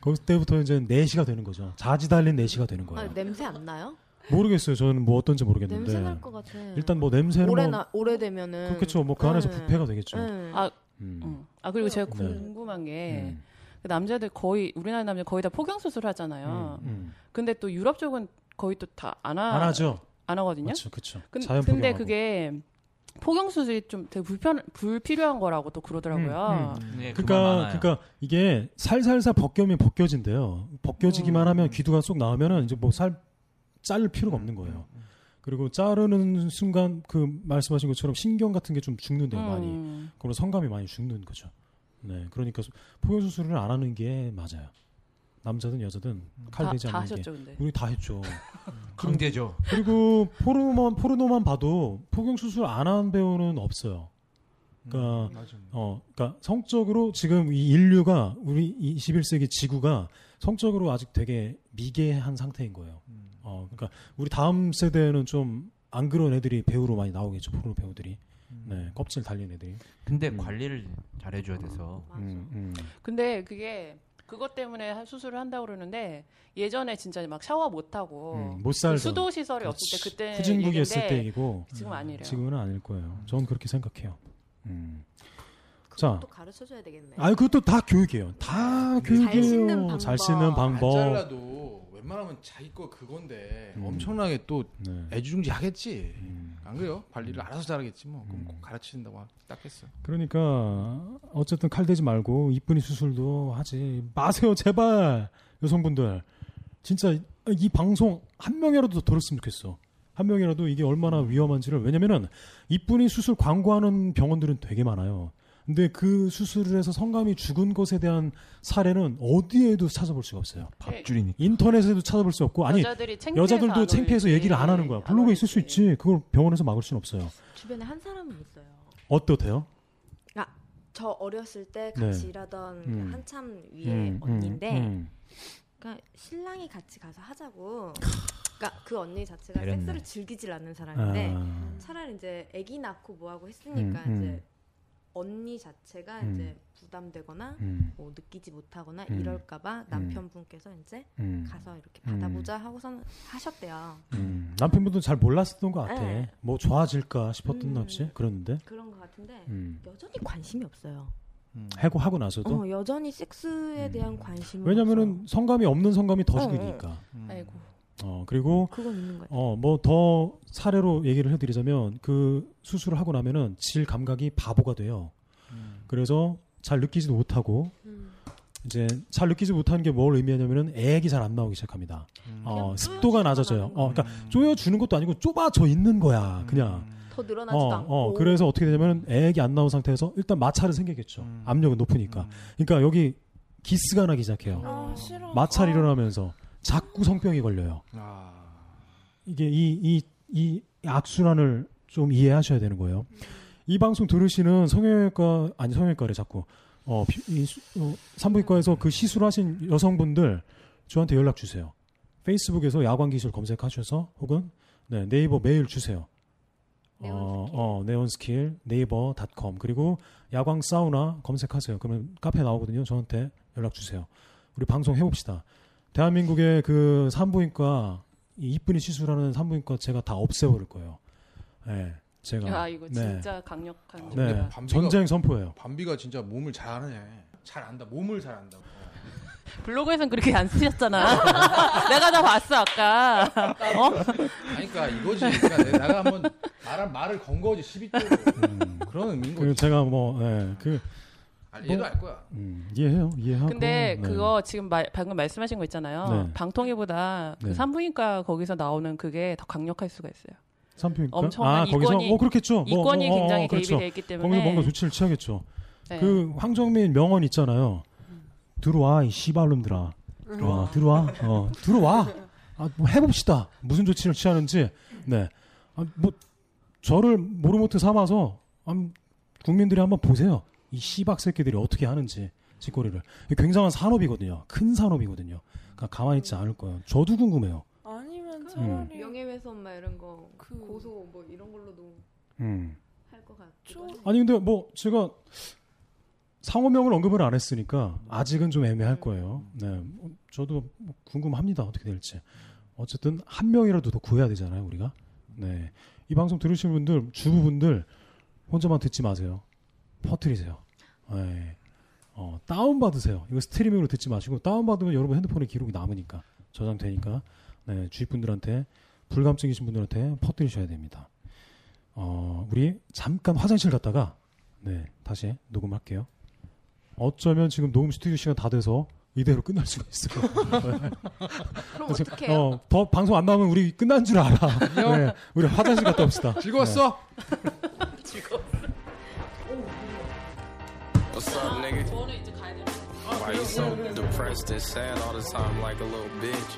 Speaker 3: 거기서 때부터 이제 네 내시가 되는 거죠. 자지 달린 네 내시가 되는 거예요.
Speaker 11: 아, 냄새 안 나요?
Speaker 3: 모르겠어요. 저는 뭐 어떤지 모르겠는데
Speaker 11: 냄새
Speaker 5: 그
Speaker 11: 날 것 같아.
Speaker 3: 일단 뭐 냄새는
Speaker 11: 오래
Speaker 3: 뭐
Speaker 11: 나, 오래되면은 예.
Speaker 3: 그렇겠죠. 뭐그 안에서 부패가 되겠죠.
Speaker 5: 아,
Speaker 3: 음.
Speaker 5: 음. 아 그리고 제가
Speaker 3: 네.
Speaker 5: 궁금한 게 그 남자들 거의 우리나라 남자 거의 다 포경 수술 하잖아요. 근데 또 유럽 쪽은 거의 또 다 안 하.
Speaker 3: 음. 안 하죠.
Speaker 5: 안 하거든요.
Speaker 3: 맞죠, 그쵸.
Speaker 5: 아, 근,
Speaker 3: 자연
Speaker 5: 근데
Speaker 3: 포경하고.
Speaker 5: 그게 포경 수술이 좀 되게 불편 불필요한 거라고 또 그러더라고요.
Speaker 3: 음, 음.
Speaker 9: 네, 그만
Speaker 3: 그러니까
Speaker 9: 많아요.
Speaker 3: 그러니까 이게 살살살 벗겨면 벗겨진대요.
Speaker 5: 음.
Speaker 3: 벗겨지기만 하면 귀두가 쏙 나오면은 이제 뭐 살 자를 필요가 없는 거예요.
Speaker 5: 음.
Speaker 3: 그리고 자르는 순간 그 말씀하신 것처럼 신경 같은 게 좀 죽는데요 네,
Speaker 5: 음.
Speaker 3: 많이. 그리고 성감이 많이 죽는 거죠. 네, 그러니까 수- 포경 수술을 안 하는 게 맞아요. 남자든 여자든 칼
Speaker 5: 다-
Speaker 3: 대지
Speaker 5: 다
Speaker 3: 않는 게.
Speaker 5: 하셨죠, 근데.
Speaker 3: 우리 다 했죠.
Speaker 9: 강제죠.
Speaker 3: 그리고 포르노만 포르노만 봐도 포경 수술 안 한 배우는 없어요.
Speaker 4: 음,
Speaker 3: 그러니까 어, 그러니까 성적으로 지금 이 인류가 우리 21세기 지구가 성적으로 아직 되게 미개한 상태인 거예요.
Speaker 4: 음.
Speaker 3: 어, 그러니까 우리 다음 세대는 좀 안 그런 애들이 배우로 많이 나오겠죠 포르노 배우들이. 네, 껍질 달린 애들이.
Speaker 9: 근데 관리를 잘 해줘야 돼서
Speaker 3: 음, 음.
Speaker 5: 근데 그게 그것 때문에 한- 수술을 한다고 그러는데 예전에 진짜 막 샤워 못 하고 그
Speaker 3: 음, 못 살던.
Speaker 5: 뭐 수도 시설이 없을 때
Speaker 3: 그렇지.
Speaker 5: 그때
Speaker 3: 후진국이 했을
Speaker 5: 얘기인데
Speaker 3: 때 얘기고
Speaker 5: 지금 아니래요.
Speaker 3: 지금은 아닐 거예요. 저는 그렇게 생각해요. 음. 자,
Speaker 11: 또 가르쳐줘야 되겠네.
Speaker 3: 아니 그것도 다 교육이에요.
Speaker 5: 아, 네.
Speaker 3: 다 교육이에요.
Speaker 11: 씻는
Speaker 3: 잘 씻는 방법.
Speaker 4: 안 잘라도 웬만하면 자기 거 그건데
Speaker 3: 뭐 음.
Speaker 4: 엄청나게 또
Speaker 3: 네.
Speaker 4: 애지중지 하겠지.
Speaker 3: 음.
Speaker 5: 음.
Speaker 4: 안 그래요? 관리를 알아서 잘하겠지 뭐. 그럼 꼭 가르친다고 딱 했어.
Speaker 3: 그러니까 어쨌든 칼 대지 말고 이쁜이 수술도 하지 마세요 제발 여성분들 진짜 이 방송 한 명이라도 더 들었으면 좋겠어 한 명이라도 이게 얼마나 위험한지를 왜냐면은 이쁜이 수술 광고하는 병원들은 되게 많아요 근데 그 수술을 해서 성감이 죽은 것에 대한 사례는 어디에도 찾아볼 수가 없어요
Speaker 5: 밥줄이니까.
Speaker 3: 인터넷에도 찾아볼 수 없고 뭐 아니
Speaker 11: 여자들이 창피해서
Speaker 3: 여자들도
Speaker 11: 안
Speaker 3: 창피해서 얘기를 안 하는 거야 블로그에 있을 수 있지 그걸 병원에서 막을 수는 없어요
Speaker 11: 주변에 한 사람은 있어요.
Speaker 3: 어떠세요?
Speaker 11: 아, 저 어렸을 때
Speaker 3: 네.
Speaker 11: 같이 일하던 그
Speaker 3: 음.
Speaker 11: 한참 위에
Speaker 3: 음,
Speaker 11: 언니인데
Speaker 3: 음, 음.
Speaker 11: 그러니까 신랑이 같이 가서 하자고. 그러니까 그 언니 자체가
Speaker 3: 배렸네.
Speaker 11: 섹스를 즐기질 않는 사람인데
Speaker 3: 아.
Speaker 11: 차라리 이제 아기 낳고 뭐하고 했으니까
Speaker 3: 음, 음.
Speaker 11: 이제 언니 자체가
Speaker 3: 음.
Speaker 11: 이제 부담되거나
Speaker 3: 음.
Speaker 11: 뭐 느끼지 못하거나
Speaker 3: 음.
Speaker 11: 이럴까봐 남편분께서 이제
Speaker 3: 음.
Speaker 11: 가서 이렇게
Speaker 3: 음.
Speaker 11: 받아보자 하고서는 하셨대요.
Speaker 3: 음, 남편분도 잘 몰랐었던 것 같아.
Speaker 11: 네.
Speaker 3: 뭐 좋아질까 싶었던
Speaker 11: 음.
Speaker 3: 납지 그랬는데
Speaker 11: 그런 것 같은데
Speaker 3: 음.
Speaker 11: 여전히 관심이 없어요.
Speaker 3: 해고 하고 나서도
Speaker 11: 어, 여전히 섹스에 대한 관심은
Speaker 3: 음. 왜냐면은 성감이 없는 성감이 더
Speaker 11: 어,
Speaker 3: 죽이니까.
Speaker 5: 아이고.
Speaker 3: 어 그리고
Speaker 11: 그건 있는 거죠.
Speaker 3: 어뭐 더 사례로 얘기를
Speaker 11: 음.
Speaker 3: 해드리자면 그 수술을 하고 나면은 질 감각이 바보가 돼요. 그래서 잘 느끼지도 못하고 이제 잘 느끼지 못하는 게 뭘 의미하냐면은 애액이 잘 안 나오기 시작합니다.
Speaker 11: 음.
Speaker 3: 어, 습도가 낮아져요. 어, 그러니까 쪼여주는 것도 아니고 좁아져 있는 거야. 그냥.
Speaker 11: 더 늘어나지도
Speaker 3: 어,
Speaker 11: 음. 않고.
Speaker 3: 어, 그래서 어떻게 되냐면 애액이 안 나온 상태에서 일단 마찰은 생기겠죠.
Speaker 11: 음.
Speaker 3: 압력은 높으니까. 그러니까 여기 기스가 나기 시작해요.
Speaker 11: 음.
Speaker 3: 마찰이 일어나면서 자꾸 성병이 걸려요. 이게 이 이 이 악순환을 좀 이해하셔야 되는 거예요. 이 방송 들으시는 성형외과 아니 성형외과래 자꾸 어, 피- 이 수- 어, 산부인과에서 그 시술하신 여성분들 저한테 연락 주세요. 페이스북에서 야광 기술 검색하셔서 혹은 네, 네이버 메일 주세요. 어, 어, 네온스킬 네이버닷컴 그리고 야광 사우나 검색하세요. 그러면 카페 나오거든요. 저한테 연락 주세요. 우리 방송 해봅시다. 대한민국의 그 산부인과 이 이쁜이 시술하는 산부인과 제가 다 없애버릴 거예요. 네, 제가
Speaker 5: 야 아, 이거
Speaker 3: 네.
Speaker 5: 진짜 강력한
Speaker 3: 네, 전쟁 선포예요.
Speaker 4: 밤비가 진짜 몸을 잘하네. 잘 안다. 몸을 잘 안다.
Speaker 5: 블로그에선 그렇게 안
Speaker 3: [laughs]
Speaker 5: 쓰셨잖아. [laughs] 내가 다 봤어 아까. 어?
Speaker 4: 아니, 그러니까 이거지. 그러니까 내가, 내가 한번 말한 말을 건 거지 12조. 그런 의미인 거지.
Speaker 3: 그 제가 뭐, 예, 그
Speaker 4: 아, 얘도 알 거야.
Speaker 3: 음, 이해해요, 이해하고.
Speaker 5: 근데
Speaker 3: 네.
Speaker 5: 그거 지금 말- 방금 말씀하신 거 있잖아요.
Speaker 3: 네.
Speaker 5: 방통위보다 그
Speaker 3: 네.
Speaker 5: 산부인과 거기서 나오는 그게 더 강력할 수가 있어요.
Speaker 3: 산부인과
Speaker 5: 엄청난
Speaker 3: 아, 거기서
Speaker 5: 이권이-
Speaker 3: 뭐 그렇겠죠. 뭐,
Speaker 5: 이권이
Speaker 3: 뭐, 어,
Speaker 5: 굉장히
Speaker 3: 어, 그렇죠.
Speaker 5: 개입이 돼 있기 때문에.
Speaker 3: 거기서 뭔가 조치를 취하겠죠.
Speaker 5: 네.
Speaker 3: 그 황정민 명언 있잖아요. 들어와 이 씨발놈들아. 들어와, 들어와, 어, 들어와. 아, 뭐 해봅시다. 무슨 조치를 취하는지. 네, 아, 뭐 저를 모르모트 삼아서 한- 국민들이 한번 보세요. 이 씨박 새끼들이 어떻게 하는지 짓거리를. 이게 굉장한 산업이거든요. 큰 산업이거든요. 그러니까 가만히 있지 않을 거예요. 저도 궁금해요.
Speaker 6: 아니면
Speaker 3: 음.
Speaker 6: 차라리
Speaker 11: 명예훼손 막 이런 거 고소 뭐 이런 걸로도
Speaker 3: 음.
Speaker 11: 할 것 같고.
Speaker 3: 아니 근데 뭐 제가 상호명을 언급을 안 했으니까 아직은 좀 애매할 거예요. 네, 어, 저도 뭐 궁금합니다 어떻게 될지. 어쨌든 한 명이라도 더 구해야 되잖아요 우리가. 네, 이 방송 들으시는 분들 주부분들 혼자만 듣지 마세요. 퍼뜨리세요. 네. 어, 다운 받으세요. 이거 스트리밍으로 듣지 마시고 다운 받으면 여러분 핸드폰에 기록이 남으니까 저장되니까 네, 주위 분들한테 불감증이신 분들한테 퍼뜨리셔야 됩니다. 어, 우리 잠깐 화장실 갔다가 네, 다시 녹음할게요. 어쩌면 지금 녹음 스튜디오 시간 다 돼서 이대로 끝날 수가 있어요. 네.
Speaker 11: 그럼
Speaker 3: 그래서, [laughs]
Speaker 11: 어떡해요?
Speaker 3: 어, 더 방송 안 나오면 우리 끝난 줄 알아. 네, 우리 화장실 갔다 옵시다.
Speaker 4: 즐거웠어?
Speaker 2: What's up, nigga? Why you so depressed and sad all the time like a little bitch?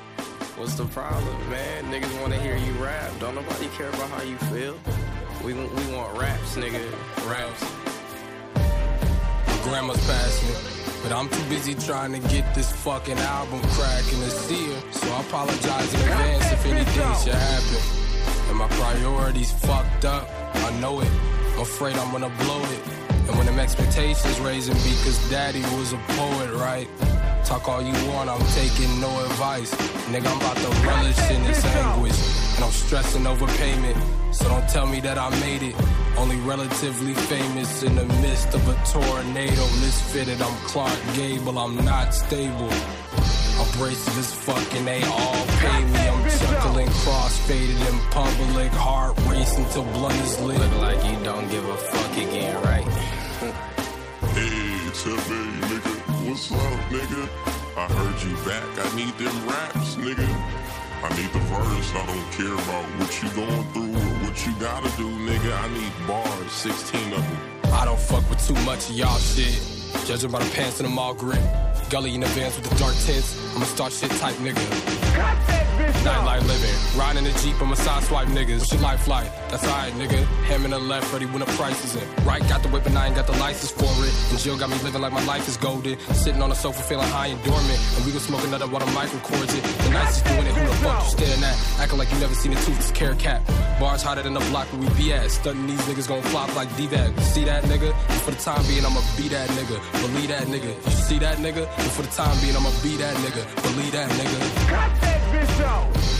Speaker 2: What's the problem, man? Niggas wanna hear you rap. Don't nobody care about how you feel. We, want- we want raps, nigga. Raps.
Speaker 12: Grandma's passing, but I'm too busy trying to get this fucking album cracking to see her. So I apologize in advance if anything should happen. And my priorities fucked up, I know it. I'm afraid I'm gonna blow it. And when them expectations raising because daddy was a poet, right? Talk all you want, I'm taking no advice. Nigga, I'm about to relish in this anguish. And I'm stressing over payment. So don't tell me that I made it. Only relatively famous in the midst of a tornado. Misfitted, I'm Clark Gable, I'm not stable. Abrasive as fucking, they all pay me. I'm chuckling, cross-faded in public, heart racing till blunt is lit.
Speaker 2: Look like you don't give a fuck again, right?
Speaker 13: Hey, Chubby, nigga. What's up, nigga? I heard you back. I need them raps, nigga. I need the verse. I don't care about what you going through or what you gotta do, nigga. I need bars, 16 of them.
Speaker 12: I don't fuck with too much of y'all shit. Judging by the pants and the mall grip. Gully in the vans with the dark tints. I'm a star shit type nigga. Nightlife living. Riding the Jeep, I'm a side swipe nigga. Shit life flight. That's alright, nigga. Ham in the left, ready when the price is in. Right, got the whip and I ain't got the license for it. And Jill got me living like my life is golden. Sitting on the sofa feeling high and dormant. And we gon' smoke another while the mic records it. The nice is doing it, who the fuck you staring at? Acting like you never seen a toothless carrot cat. Bars hotter than the block where we be at. Stunting these niggas gon' flop like D-Dag. See that nigga? And for the time being, I'ma be that nigga. Believe that nigga. You see that nigga? And for the time being, I'ma be that nigga. Believe that nigga.